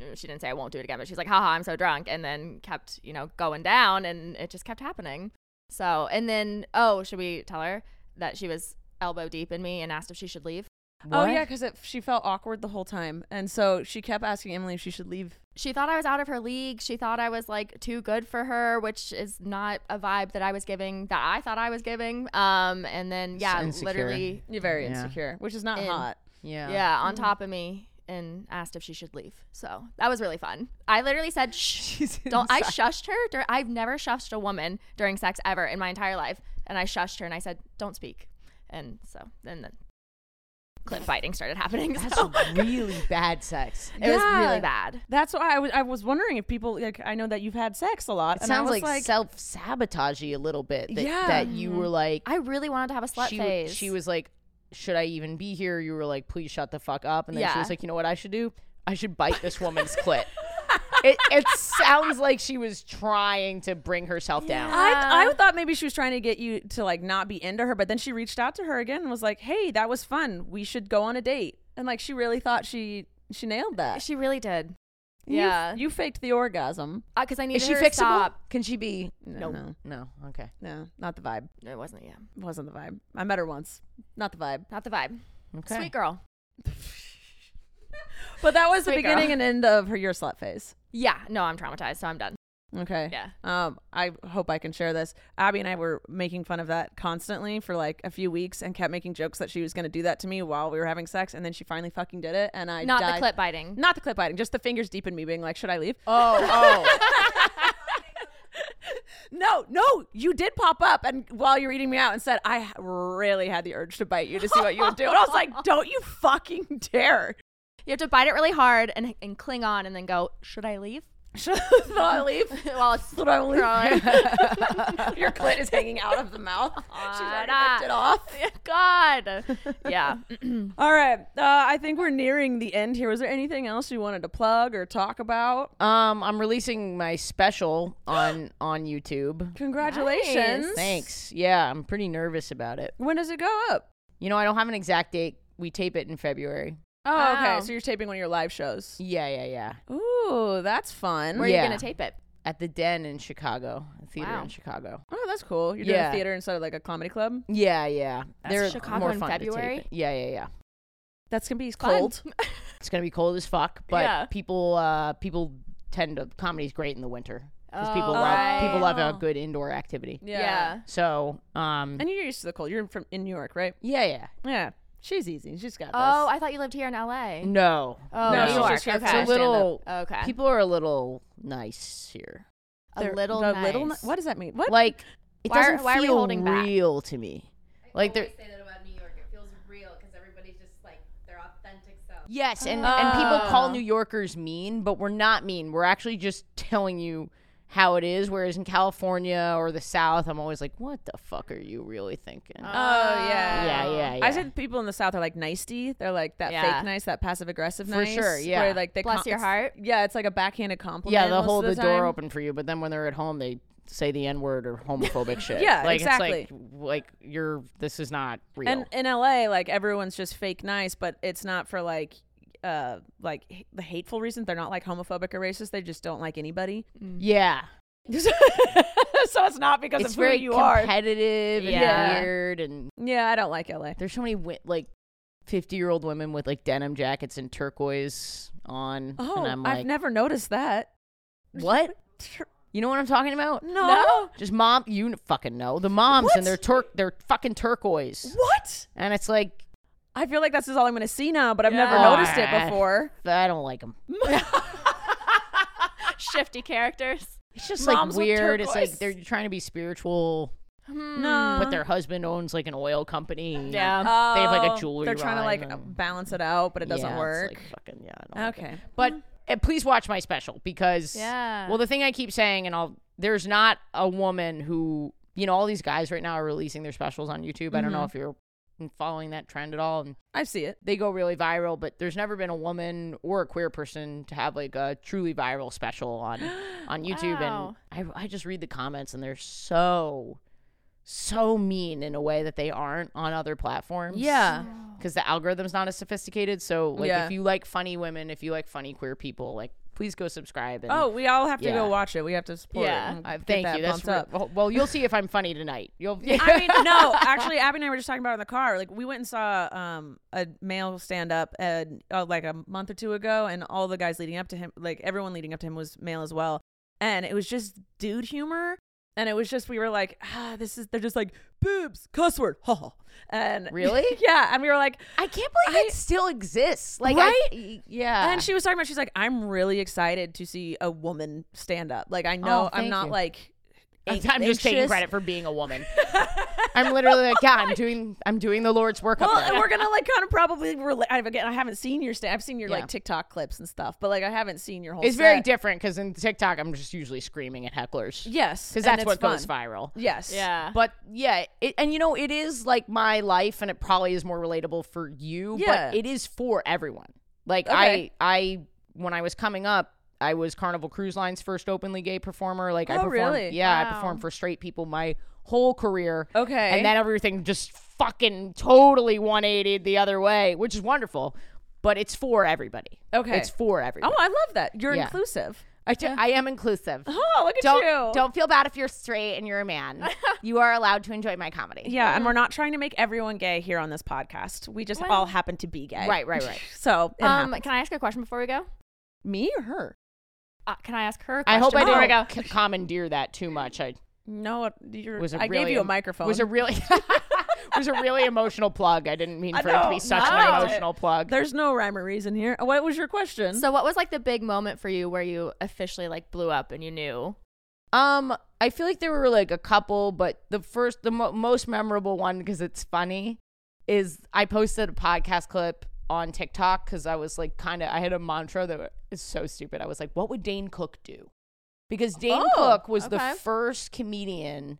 [SPEAKER 3] Mm, She didn't say I won't do it again, but she's like, haha, I'm so drunk. And then kept, you know, going down and it just kept happening. So, and then, oh, should we tell her that she was elbow deep in me and asked if she should leave?
[SPEAKER 1] Oh yeah, because she felt awkward the whole time, and so she kept asking Emily if she should leave.
[SPEAKER 3] She thought I was out of her league. She thought I was like too good for her, which is not a vibe that I was giving, that I thought I was giving. Um, and then, yeah,
[SPEAKER 2] insecure.
[SPEAKER 3] literally,
[SPEAKER 1] You're very
[SPEAKER 2] Yeah.
[SPEAKER 1] insecure, which is not
[SPEAKER 3] And-
[SPEAKER 1] hot.
[SPEAKER 2] Yeah. Mm-hmm.
[SPEAKER 3] yeah, on top of me and asked if she should leave. So that was really fun. I literally said, "Shh, don't." I shushed her. Dur- I've never shushed a woman during sex ever in my entire life, and I shushed her and I said, "Don't speak." And so then the clip biting started happening.
[SPEAKER 2] That's
[SPEAKER 3] so-
[SPEAKER 2] really bad sex.
[SPEAKER 3] it was
[SPEAKER 1] Yeah.
[SPEAKER 3] really bad.
[SPEAKER 1] That's why I was I was wondering if people like I know that you've had sex a lot.
[SPEAKER 2] It
[SPEAKER 1] and I
[SPEAKER 2] sounds
[SPEAKER 1] was
[SPEAKER 2] like, self sabotagey a little bit. That,
[SPEAKER 1] Yeah.
[SPEAKER 2] that you were like,
[SPEAKER 3] I really wanted to have a slut
[SPEAKER 2] she, w-
[SPEAKER 3] phase.
[SPEAKER 2] she was like, should I even be here? You were like, please shut the fuck up. And then she
[SPEAKER 3] Yeah.
[SPEAKER 2] was like, you know what I should do? I should bite this woman's clit. It, it sounds like she was trying to bring herself down.
[SPEAKER 1] I, I thought maybe she was trying to get you to like not be into her, but then she reached out to her again and was like, "Hey, that was fun. We should go on a date." And like she really thought she she nailed that.
[SPEAKER 3] she really did.
[SPEAKER 1] You-
[SPEAKER 3] yeah,
[SPEAKER 1] you, faked the orgasm.
[SPEAKER 3] because I needed
[SPEAKER 2] Is she
[SPEAKER 3] her
[SPEAKER 2] fixable?
[SPEAKER 3] to stop.
[SPEAKER 2] Can she be?
[SPEAKER 1] No, no,
[SPEAKER 2] No. Okay.
[SPEAKER 1] no, not the vibe.
[SPEAKER 3] No, it wasn't. Yeah,
[SPEAKER 1] Wasn't the vibe. I met her once. Not the vibe.
[SPEAKER 3] not the vibe.
[SPEAKER 2] Okay.
[SPEAKER 3] Sweet girl.
[SPEAKER 1] But that was the
[SPEAKER 3] Sweet girl.
[SPEAKER 1] beginning and end of her your slut phase.
[SPEAKER 3] Yeah, no, I'm traumatized, so I'm done.
[SPEAKER 1] Okay.
[SPEAKER 3] Yeah.
[SPEAKER 1] Um, I hope I can share this. Abby and I were making fun of that constantly for like a few weeks and kept making jokes that she was going to do that to me while we were having sex. And then she finally fucking did it. And I
[SPEAKER 3] Not
[SPEAKER 1] died.
[SPEAKER 3] the clip biting.
[SPEAKER 1] Not the clip biting, just the fingers deep in me being like, should I leave?
[SPEAKER 2] Oh, oh.
[SPEAKER 1] No, no, you did pop up and while you're eating me out and said, I really had the urge to bite you to see what you would do. And I was like, don't you fucking dare.
[SPEAKER 3] You have to bite it really hard and, and cling on and then go, should I leave?
[SPEAKER 1] Should I leave?
[SPEAKER 3] well, it's
[SPEAKER 1] Should I leave?
[SPEAKER 3] Right.
[SPEAKER 1] Your clit is hanging out of the mouth. She's already
[SPEAKER 3] Ah.
[SPEAKER 1] ripped it off.
[SPEAKER 3] God. Yeah.
[SPEAKER 1] All right. Uh, I think we're nearing the end here. Was there anything else you wanted to plug or talk about?
[SPEAKER 2] um, I'm releasing my special on on YouTube.
[SPEAKER 1] Congratulations.
[SPEAKER 2] Thanks. Yeah, I'm pretty nervous about it.
[SPEAKER 1] When does it go up?
[SPEAKER 2] You know, I don't have an exact date. We tape it in February.
[SPEAKER 1] Oh,
[SPEAKER 3] Oh.
[SPEAKER 1] okay. So you're taping one of your live shows.
[SPEAKER 2] Yeah, yeah, yeah.
[SPEAKER 1] Ooh, that's fun.
[SPEAKER 3] Where are you
[SPEAKER 2] Yeah.
[SPEAKER 3] going to tape it?
[SPEAKER 2] At the Den in Chicago, a theater
[SPEAKER 3] Wow.
[SPEAKER 2] in Chicago.
[SPEAKER 1] Oh, that's cool. You're doing
[SPEAKER 2] Yeah.
[SPEAKER 1] a theater instead of like a comedy club.
[SPEAKER 2] Yeah, yeah. They're
[SPEAKER 3] Chicago
[SPEAKER 2] more
[SPEAKER 3] in
[SPEAKER 2] fun to tape
[SPEAKER 3] February?
[SPEAKER 2] it. Yeah, yeah, yeah.
[SPEAKER 1] That's gonna be
[SPEAKER 3] Fun.
[SPEAKER 1] cold.
[SPEAKER 2] It's gonna be cold as fuck, but
[SPEAKER 3] Yeah.
[SPEAKER 2] people uh people tend to comedy's great in the winter because people
[SPEAKER 3] Oh,
[SPEAKER 2] love people love a
[SPEAKER 1] right.
[SPEAKER 2] good indoor activity.
[SPEAKER 3] Yeah.
[SPEAKER 2] So, um,
[SPEAKER 1] And you're used to the cold. You're from in New York, right?
[SPEAKER 2] yeah, yeah.
[SPEAKER 1] Yeah. She's easy. She's got
[SPEAKER 3] Oh,
[SPEAKER 1] this.
[SPEAKER 3] I thought you lived here in LA.
[SPEAKER 2] No,
[SPEAKER 3] Oh,
[SPEAKER 1] No,
[SPEAKER 3] New
[SPEAKER 1] she's
[SPEAKER 3] York.
[SPEAKER 1] just here for
[SPEAKER 3] Okay.
[SPEAKER 2] It's a little.
[SPEAKER 3] Okay.
[SPEAKER 2] People are a little nice here.
[SPEAKER 3] a little
[SPEAKER 1] the
[SPEAKER 3] nice.
[SPEAKER 1] little. What does that mean? What?
[SPEAKER 2] Like it
[SPEAKER 3] Why are-
[SPEAKER 2] doesn't
[SPEAKER 3] why are we
[SPEAKER 2] feel
[SPEAKER 3] holding back?
[SPEAKER 2] real to me. Like they're
[SPEAKER 7] say that about New York. It feels real because everybody's just like their authentic self.
[SPEAKER 1] Ah.
[SPEAKER 2] yes, and and people call New Yorkers mean, but we're not mean. We're actually just telling you how it is. Whereas in California or the South, I'm always like, what the fuck are you really thinking?
[SPEAKER 1] Oh yeah,
[SPEAKER 2] Yeah, yeah, yeah.
[SPEAKER 1] I said people in the South are like nicey. They're like that
[SPEAKER 2] Yeah.
[SPEAKER 1] fake nice, that passive aggressive
[SPEAKER 2] For
[SPEAKER 1] nice.
[SPEAKER 2] sure, yeah.
[SPEAKER 1] Where like they
[SPEAKER 3] Bless your
[SPEAKER 1] it's-
[SPEAKER 3] heart.
[SPEAKER 1] Yeah, it's like a backhanded compliment.
[SPEAKER 2] yeah, they'll
[SPEAKER 1] most
[SPEAKER 2] hold
[SPEAKER 1] of
[SPEAKER 2] the,
[SPEAKER 1] the,
[SPEAKER 2] door
[SPEAKER 1] time.
[SPEAKER 2] open for you, but then when they're at home, they say the N word or homophobic shit.
[SPEAKER 1] Yeah,
[SPEAKER 2] like,
[SPEAKER 1] exactly.
[SPEAKER 2] It's like, like you're. This is not real.
[SPEAKER 1] And in LA, like everyone's just fake nice, but it's not for like. Uh, like h- the hateful reasons they're not like homophobic or racist. They just don't like anybody.
[SPEAKER 2] yeah,
[SPEAKER 1] so it's not because
[SPEAKER 2] it's
[SPEAKER 1] of
[SPEAKER 2] very
[SPEAKER 1] who you are.
[SPEAKER 2] competitive and
[SPEAKER 1] Yeah.
[SPEAKER 2] weird. And
[SPEAKER 1] Yeah, I don't like LA.
[SPEAKER 2] there's so many wi- like fifty year old women with like denim jackets and turquoise on.
[SPEAKER 1] Oh,
[SPEAKER 2] and I'm
[SPEAKER 1] I've
[SPEAKER 2] like,
[SPEAKER 1] never noticed that.
[SPEAKER 2] what? You know what I'm talking about?
[SPEAKER 1] No.
[SPEAKER 2] Just mom, you kn- fucking know the moms
[SPEAKER 1] What?
[SPEAKER 2] and their turk, their fucking turquoise,
[SPEAKER 1] What?
[SPEAKER 2] and it's like
[SPEAKER 1] I feel like this is all I'm going to see now, but I've never
[SPEAKER 2] Yeah.
[SPEAKER 1] noticed it before.
[SPEAKER 2] I don't like them.
[SPEAKER 3] Shifty characters.
[SPEAKER 2] It's just
[SPEAKER 1] Moms
[SPEAKER 2] like
[SPEAKER 1] with
[SPEAKER 2] weird. It's like
[SPEAKER 1] turquoise. Uh-huh.
[SPEAKER 2] they're trying to be spiritual,
[SPEAKER 1] No.
[SPEAKER 2] Hmm. but their husband owns like an oil company.
[SPEAKER 3] Yeah.
[SPEAKER 2] they have like
[SPEAKER 1] Oh,
[SPEAKER 2] a jewelry.
[SPEAKER 1] They're trying to
[SPEAKER 2] line
[SPEAKER 1] like
[SPEAKER 2] and-
[SPEAKER 1] balance it out, but it doesn't
[SPEAKER 2] Yeah, it's,
[SPEAKER 1] work.
[SPEAKER 2] like, fucking yeah. I don't like it.
[SPEAKER 1] okay.
[SPEAKER 2] but uh, please watch my special because
[SPEAKER 3] Yeah.
[SPEAKER 2] Well, the thing I keep saying, and I'll there's not a woman who you know all these guys right now are releasing their specials on YouTube. I
[SPEAKER 1] Mm-hmm.
[SPEAKER 2] don't know if you're following that trend at all. And
[SPEAKER 1] I see it.
[SPEAKER 2] they go really viral, but there's never been a woman or a queer person to have like a truly viral special on on YouTube.
[SPEAKER 3] Wow.
[SPEAKER 2] And I I just read the comments and they're so so mean in a way that they aren't on other platforms.
[SPEAKER 1] Yeah.
[SPEAKER 2] Because the algorithm's not as sophisticated. So like
[SPEAKER 1] Yeah.
[SPEAKER 2] if you like funny women, if you like funny queer people, like please go subscribe and
[SPEAKER 1] Oh, we all have to
[SPEAKER 2] Yeah.
[SPEAKER 1] go watch it. We have to support
[SPEAKER 3] Yeah.
[SPEAKER 1] it. and
[SPEAKER 2] I-
[SPEAKER 1] get
[SPEAKER 2] thank
[SPEAKER 1] that
[SPEAKER 2] you. That's
[SPEAKER 1] bumped up.
[SPEAKER 2] re- well- well, you'll see if I'm funny tonight. You'll
[SPEAKER 1] I mean, no, actually, Abby and I were just talking about it in the car. Like, we went and saw um, a male stand up uh, uh, like a month or two ago, and all the guys leading up to him, like everyone leading up to him, was male as well. And it was just dude humor. And it was just, we were like, ah, this is, they're just like, boobs, cuss word, ha ha. And
[SPEAKER 2] Really?
[SPEAKER 1] yeah. And we were like,
[SPEAKER 2] I can't believe
[SPEAKER 1] I-
[SPEAKER 2] it still exists. Like I, yeah.
[SPEAKER 1] and she was talking about, she's like, I'm really excited to see a woman stand up. Like, I know I'm
[SPEAKER 2] Oh, thank
[SPEAKER 1] not
[SPEAKER 2] you.
[SPEAKER 1] like,
[SPEAKER 2] I'm,
[SPEAKER 1] anx-
[SPEAKER 2] I'm just taking
[SPEAKER 1] anxious.
[SPEAKER 2] credit for being a woman. I'm literally like, yeah, I'm doing, I'm doing the Lord's work.
[SPEAKER 1] Well,
[SPEAKER 2] up there.
[SPEAKER 1] and we're gonna like kind of probably relate. I've, again, I haven't seen your stand. I've seen your
[SPEAKER 2] Yeah.
[SPEAKER 1] like TikTok clips and stuff, but like I haven't seen your whole.
[SPEAKER 2] it's very
[SPEAKER 1] set.
[SPEAKER 2] different because in TikTok, I'm just usually screaming at hecklers.
[SPEAKER 1] Yes,
[SPEAKER 2] because
[SPEAKER 1] and
[SPEAKER 2] that's
[SPEAKER 1] it's
[SPEAKER 2] what
[SPEAKER 1] fun.
[SPEAKER 2] goes viral.
[SPEAKER 1] Yes.
[SPEAKER 3] Yeah.
[SPEAKER 2] But yeah, it, and you know, it is like my life, and it probably is more relatable for you.
[SPEAKER 1] Yeah.
[SPEAKER 2] But it is for everyone. Like
[SPEAKER 1] Okay.
[SPEAKER 2] I, I when I was coming up, I was Carnival Cruise Line's first openly gay performer. Like I
[SPEAKER 1] Oh,
[SPEAKER 2] performed,
[SPEAKER 1] really?
[SPEAKER 2] yeah, I
[SPEAKER 3] Wow.
[SPEAKER 2] performed for straight people my whole career.
[SPEAKER 1] Okay.
[SPEAKER 2] and then everything just fucking totally 180 the other way, which is wonderful. But it's for everybody.
[SPEAKER 1] Okay.
[SPEAKER 2] it's for everybody.
[SPEAKER 1] Oh, I love that. You're
[SPEAKER 2] Yeah.
[SPEAKER 1] inclusive.
[SPEAKER 2] I, do- I am inclusive.
[SPEAKER 1] Oh, look at
[SPEAKER 2] don't
[SPEAKER 1] you.
[SPEAKER 2] don't feel bad if you're straight and you're a man. you are allowed to enjoy my comedy.
[SPEAKER 1] Yeah, and we're not trying to make everyone gay here on this podcast. We just all happen to be gay.
[SPEAKER 2] Right, right, right.
[SPEAKER 1] So, it
[SPEAKER 3] Um,
[SPEAKER 1] happens.
[SPEAKER 3] can I ask a question before we go?
[SPEAKER 1] me or her?
[SPEAKER 3] Uh, can I ask her? A
[SPEAKER 2] I
[SPEAKER 3] question
[SPEAKER 2] hope I
[SPEAKER 3] before we
[SPEAKER 2] didn't
[SPEAKER 3] go?
[SPEAKER 2] c- commandeer that too much. I
[SPEAKER 1] No, it- you're.
[SPEAKER 2] was a
[SPEAKER 1] Oh. I
[SPEAKER 2] really
[SPEAKER 1] gave you a
[SPEAKER 2] em-
[SPEAKER 1] microphone.
[SPEAKER 2] Was a really
[SPEAKER 3] Oh
[SPEAKER 2] was a really emotional plug. I didn't mean
[SPEAKER 1] I
[SPEAKER 2] for it to
[SPEAKER 1] know.
[SPEAKER 2] be such
[SPEAKER 1] No.
[SPEAKER 2] an emotional plug.
[SPEAKER 1] There's no rhyme or reason here. Uh, What was your question?
[SPEAKER 3] So, what was like the big moment for you where you officially like blew up and you knew?
[SPEAKER 2] Um, I feel like there were like a couple, but the first, the mo- most memorable one because it's funny is I posted a podcast clip on TikTok because I was like kind of I had a mantra that is so stupid. I was like, what would Dane Cook do? Because Dane
[SPEAKER 3] Oh,
[SPEAKER 2] Cook was
[SPEAKER 3] okay.
[SPEAKER 2] the first comedian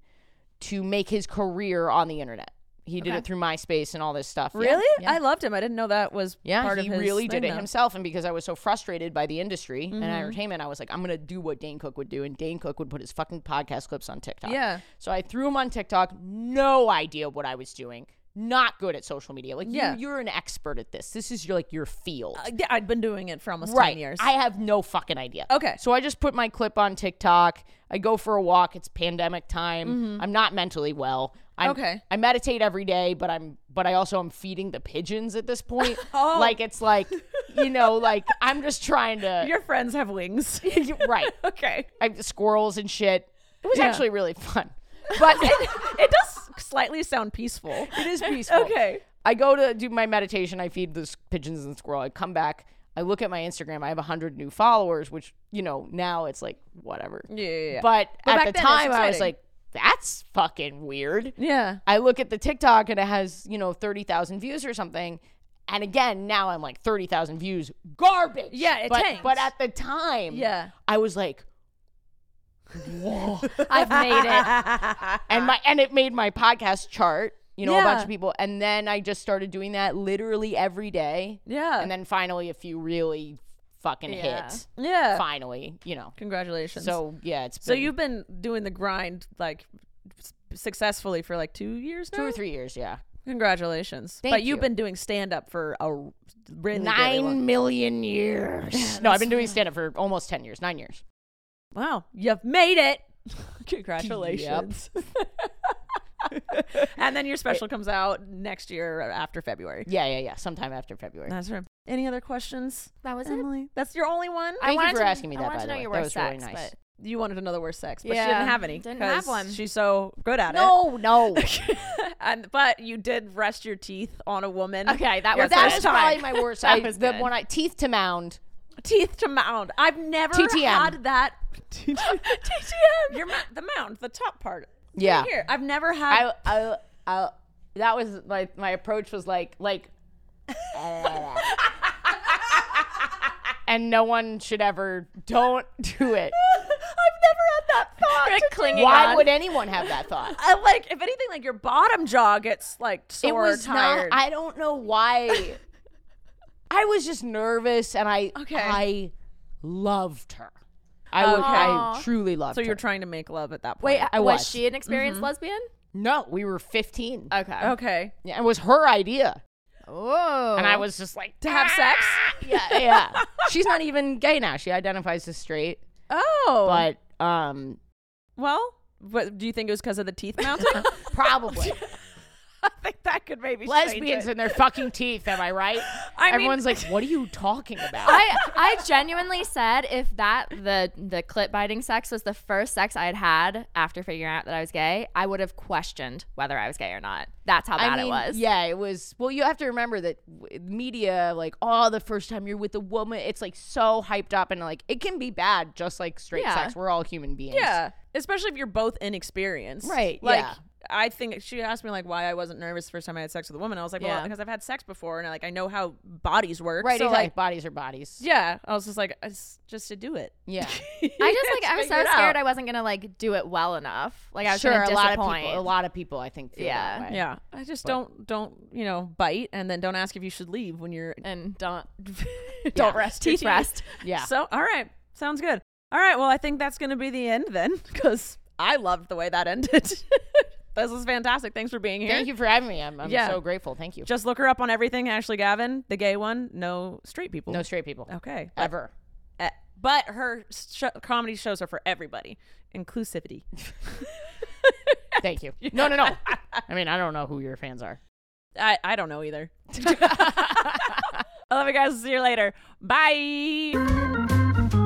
[SPEAKER 2] to make his career on the internet. He did
[SPEAKER 3] Okay.
[SPEAKER 2] it through MySpace and all this stuff. Yeah,
[SPEAKER 1] really,
[SPEAKER 2] yeah.
[SPEAKER 1] I loved him. I didn't know that was
[SPEAKER 2] Yeah,
[SPEAKER 1] part
[SPEAKER 2] he
[SPEAKER 1] of his
[SPEAKER 2] really did
[SPEAKER 1] thing,
[SPEAKER 2] it
[SPEAKER 1] though. Mm-hmm.
[SPEAKER 2] himself. And because I was so frustrated by the industry and entertainment, I was like, I'm going to do what Dane Cook would do. And Dane Cook would put his fucking podcast clips on TikTok.
[SPEAKER 1] Yeah.
[SPEAKER 2] So I threw him on TikTok. No idea what I was doing. Not good at social media. Like,
[SPEAKER 1] Yeah.
[SPEAKER 2] you, you're an expert at this. This is your, like your field.
[SPEAKER 1] Uh, yeah, I'd been doing it for almost ten years.
[SPEAKER 2] I have no fucking idea.
[SPEAKER 1] Okay.
[SPEAKER 2] So I just put my clip on TikTok. I go for a walk. It's pandemic time. I'm not mentally well. I'm,
[SPEAKER 1] Mm-hmm. Okay.
[SPEAKER 2] I meditate every day, but I'm but I also am feeding the pigeons at this point. oh. Like it's like, you know, like I'm just trying to
[SPEAKER 1] your friends have wings.
[SPEAKER 2] right.
[SPEAKER 1] okay.
[SPEAKER 2] I squirrels and shit. It was
[SPEAKER 1] Yeah.
[SPEAKER 2] actually really fun. But
[SPEAKER 1] it does slightly sound peaceful.
[SPEAKER 2] it is peaceful.
[SPEAKER 1] Okay.
[SPEAKER 2] I go to do my meditation. I feed the s- pigeons and squirrel. I come back. I look at my Instagram. I have 100 new followers, which, you know, now it's like, whatever.
[SPEAKER 1] Yeah, yeah, yeah.
[SPEAKER 2] But,
[SPEAKER 1] But
[SPEAKER 2] at
[SPEAKER 1] back
[SPEAKER 2] the
[SPEAKER 1] then it was
[SPEAKER 2] time, I was
[SPEAKER 1] exciting.
[SPEAKER 2] like, that's fucking weird.
[SPEAKER 1] Yeah.
[SPEAKER 2] I look at the TikTok and it has, you know, 30,000 views or something. And again, now I'm like 30,000 views, garbage.
[SPEAKER 1] Yeah, it
[SPEAKER 2] but,
[SPEAKER 1] tanked.
[SPEAKER 2] But at the time,
[SPEAKER 1] Yeah.
[SPEAKER 2] I was like, Whoa.
[SPEAKER 3] I've made it.
[SPEAKER 2] and my and it made my podcast chart. You know, a bunch
[SPEAKER 1] Yeah.
[SPEAKER 2] of people, and then I just started doing that literally every day.
[SPEAKER 1] Yeah.
[SPEAKER 2] and then finally, a few really fucking
[SPEAKER 1] Yeah.
[SPEAKER 2] hit.
[SPEAKER 1] Yeah.
[SPEAKER 2] finally, you know.
[SPEAKER 1] Congratulations.
[SPEAKER 2] So yeah, it's been
[SPEAKER 1] so you've been doing the grind like s- successfully for like two years now.
[SPEAKER 2] two or three years. Yeah,
[SPEAKER 1] Congratulations.
[SPEAKER 2] Thank
[SPEAKER 1] but you've
[SPEAKER 2] you.
[SPEAKER 1] been doing stand up for a r- really really long-
[SPEAKER 2] nine million years. no, I've been doing stand up for almost ten years. Nine years.
[SPEAKER 1] Wow, you've made it. Congratulations. and then your special comes out next year or after February.
[SPEAKER 2] Yeah, yeah, yeah. Sometime after February.
[SPEAKER 1] That's right. Any other questions?
[SPEAKER 3] That was it.
[SPEAKER 1] Emily, that's your only one.
[SPEAKER 2] Thank you
[SPEAKER 3] wanted
[SPEAKER 2] for
[SPEAKER 3] to-
[SPEAKER 2] asking me
[SPEAKER 3] I
[SPEAKER 2] that.
[SPEAKER 3] wanted
[SPEAKER 2] By
[SPEAKER 3] to
[SPEAKER 2] the
[SPEAKER 3] know
[SPEAKER 2] way,
[SPEAKER 3] your
[SPEAKER 2] that
[SPEAKER 3] worst
[SPEAKER 2] was really
[SPEAKER 3] sex,
[SPEAKER 2] nice.
[SPEAKER 1] you wanted another word sex, but she
[SPEAKER 3] Yeah,
[SPEAKER 1] didn't have any.
[SPEAKER 3] didn't have
[SPEAKER 1] 'cause
[SPEAKER 3] one.
[SPEAKER 1] She's so good at
[SPEAKER 2] No, no.
[SPEAKER 1] it. and but you did rest your teeth on a woman.
[SPEAKER 3] Okay, that
[SPEAKER 1] Your
[SPEAKER 3] was
[SPEAKER 2] that
[SPEAKER 3] good.
[SPEAKER 2] was
[SPEAKER 1] first time.
[SPEAKER 2] probably my worst.
[SPEAKER 3] That
[SPEAKER 2] I,
[SPEAKER 3] was
[SPEAKER 2] the
[SPEAKER 3] good.
[SPEAKER 2] one I teeth to mound.
[SPEAKER 1] teeth to mound. I've never
[SPEAKER 2] TTM.
[SPEAKER 1] had that. TTM. Your mou- the mound, the top part. Right
[SPEAKER 2] Yeah.
[SPEAKER 1] here. I've never had.
[SPEAKER 3] Um,
[SPEAKER 2] I, I, I, that was like my approach was like like. and no one should ever. Don't do it.
[SPEAKER 1] I've never had that thought.
[SPEAKER 3] You're
[SPEAKER 1] to
[SPEAKER 3] clinging
[SPEAKER 2] Why
[SPEAKER 3] on.
[SPEAKER 2] would anyone have that thought?
[SPEAKER 1] I Uh, like if anything, like your bottom jaw gets like sore,
[SPEAKER 2] it was
[SPEAKER 1] tired.
[SPEAKER 2] not. I don't know why. I was just nervous, and I
[SPEAKER 1] Okay.
[SPEAKER 2] I loved her. I would, I
[SPEAKER 3] Okay.
[SPEAKER 2] truly loved
[SPEAKER 1] so
[SPEAKER 2] her.
[SPEAKER 1] you're trying to make love at that point.
[SPEAKER 3] Wait,
[SPEAKER 2] I
[SPEAKER 3] was.
[SPEAKER 2] was. Mm-hmm. Oh.
[SPEAKER 3] she an experienced lesbian?
[SPEAKER 2] no, we were 15.
[SPEAKER 1] Uh,
[SPEAKER 3] Okay.
[SPEAKER 1] okay.
[SPEAKER 2] Yeah, it was her idea,
[SPEAKER 3] Oh.
[SPEAKER 2] and I was just like,
[SPEAKER 1] To have sex?
[SPEAKER 2] yeah, yeah. She's not even gay now. She identifies as straight,
[SPEAKER 1] Oh,
[SPEAKER 2] but um,
[SPEAKER 1] well. But do you think it was because of the teeth mountain?
[SPEAKER 2] probably
[SPEAKER 1] I think that could maybe change
[SPEAKER 2] lesbians
[SPEAKER 1] it.
[SPEAKER 2] and their fucking teeth. Am I right?
[SPEAKER 1] I mean-
[SPEAKER 2] Everyone's like, "What are you talking about?"
[SPEAKER 3] I I genuinely said if that the the clit biting sex was the first sex I had had after figuring out that I was gay, I would have questioned whether I was gay or not. That's how bad
[SPEAKER 2] I mean,
[SPEAKER 3] it was.
[SPEAKER 2] Yeah, it was. Well, you have to remember that w- media, like, oh, the first time you're with a woman, it's like so hyped up, and like it can be bad, just like straight
[SPEAKER 3] Yeah.
[SPEAKER 2] sex. We're all human beings.
[SPEAKER 1] Yeah, especially if you're both inexperienced.
[SPEAKER 2] Right,
[SPEAKER 1] Like,
[SPEAKER 2] yeah.
[SPEAKER 1] I think she asked me like why I wasn't nervous the first time I had sex with a woman. I was like, well,
[SPEAKER 2] Yeah.
[SPEAKER 1] because I've had sex before and I, like I know how bodies work.
[SPEAKER 2] right.
[SPEAKER 1] So
[SPEAKER 2] exactly.
[SPEAKER 1] like,
[SPEAKER 2] bodies are bodies.
[SPEAKER 1] yeah, I was just like, it's just to do it.
[SPEAKER 2] Yeah.
[SPEAKER 3] I just like I was
[SPEAKER 1] Figure
[SPEAKER 3] so
[SPEAKER 1] it
[SPEAKER 3] scared
[SPEAKER 1] out.
[SPEAKER 3] I wasn't gonna like do it well enough. Like I was
[SPEAKER 2] sure,
[SPEAKER 3] gonna
[SPEAKER 2] a lot of
[SPEAKER 3] disappoint.
[SPEAKER 2] people. A lot of people, I think. Feel
[SPEAKER 3] Yeah.
[SPEAKER 2] That way.
[SPEAKER 1] yeah, I just don't don't you know bite and then don't ask if you should leave when you're
[SPEAKER 3] and don't
[SPEAKER 1] don't rest
[SPEAKER 3] teeth
[SPEAKER 1] TT.
[SPEAKER 3] rest.
[SPEAKER 2] Yeah.
[SPEAKER 1] So all right, sounds good. All right, well I think that's gonna be the end then because I loved the way that ended. this was fantastic. Thanks for being here.
[SPEAKER 2] Thank you for having me. I'm, I'm
[SPEAKER 1] Yeah.
[SPEAKER 2] so grateful. Thank you.
[SPEAKER 1] Just look her up on everything, Ashley Gavin, the gay one. No straight people.
[SPEAKER 2] no straight
[SPEAKER 3] Oh.
[SPEAKER 2] people
[SPEAKER 1] Okay. But,
[SPEAKER 2] ever.
[SPEAKER 1] eh, but her sh- comedy shows are for everybody. Inclusivity.
[SPEAKER 2] Thank you. No, no, no. I mean, I don't know who your fans are.
[SPEAKER 1] I, I don't know either. I love you guys. See you later. Bye.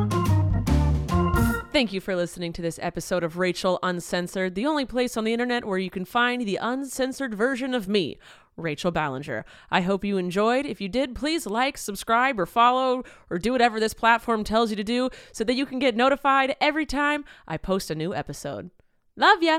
[SPEAKER 8] Thank you for listening to this episode of Rachel Uncensored, the only place on the internet where you can find the uncensored version of me, Rachel Ballinger. I hope you enjoyed. If you did, please like, subscribe, or follow, or do whatever this platform tells you to do so that you can get notified every time I post a new episode. Love ya!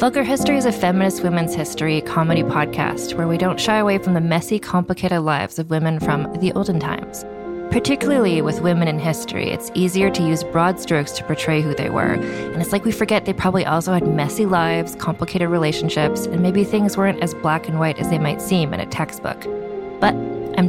[SPEAKER 7] Vulgar History is a feminist women's history comedy podcast where we don't shy away from the messy, complicated lives of women from the olden times. Particularly with women in history, it's easier to use broad strokes to portray who they were, and it's like we forget they probably also had messy lives, complicated relationships, and maybe things weren't as black and white as they might seem in a textbook. But I'm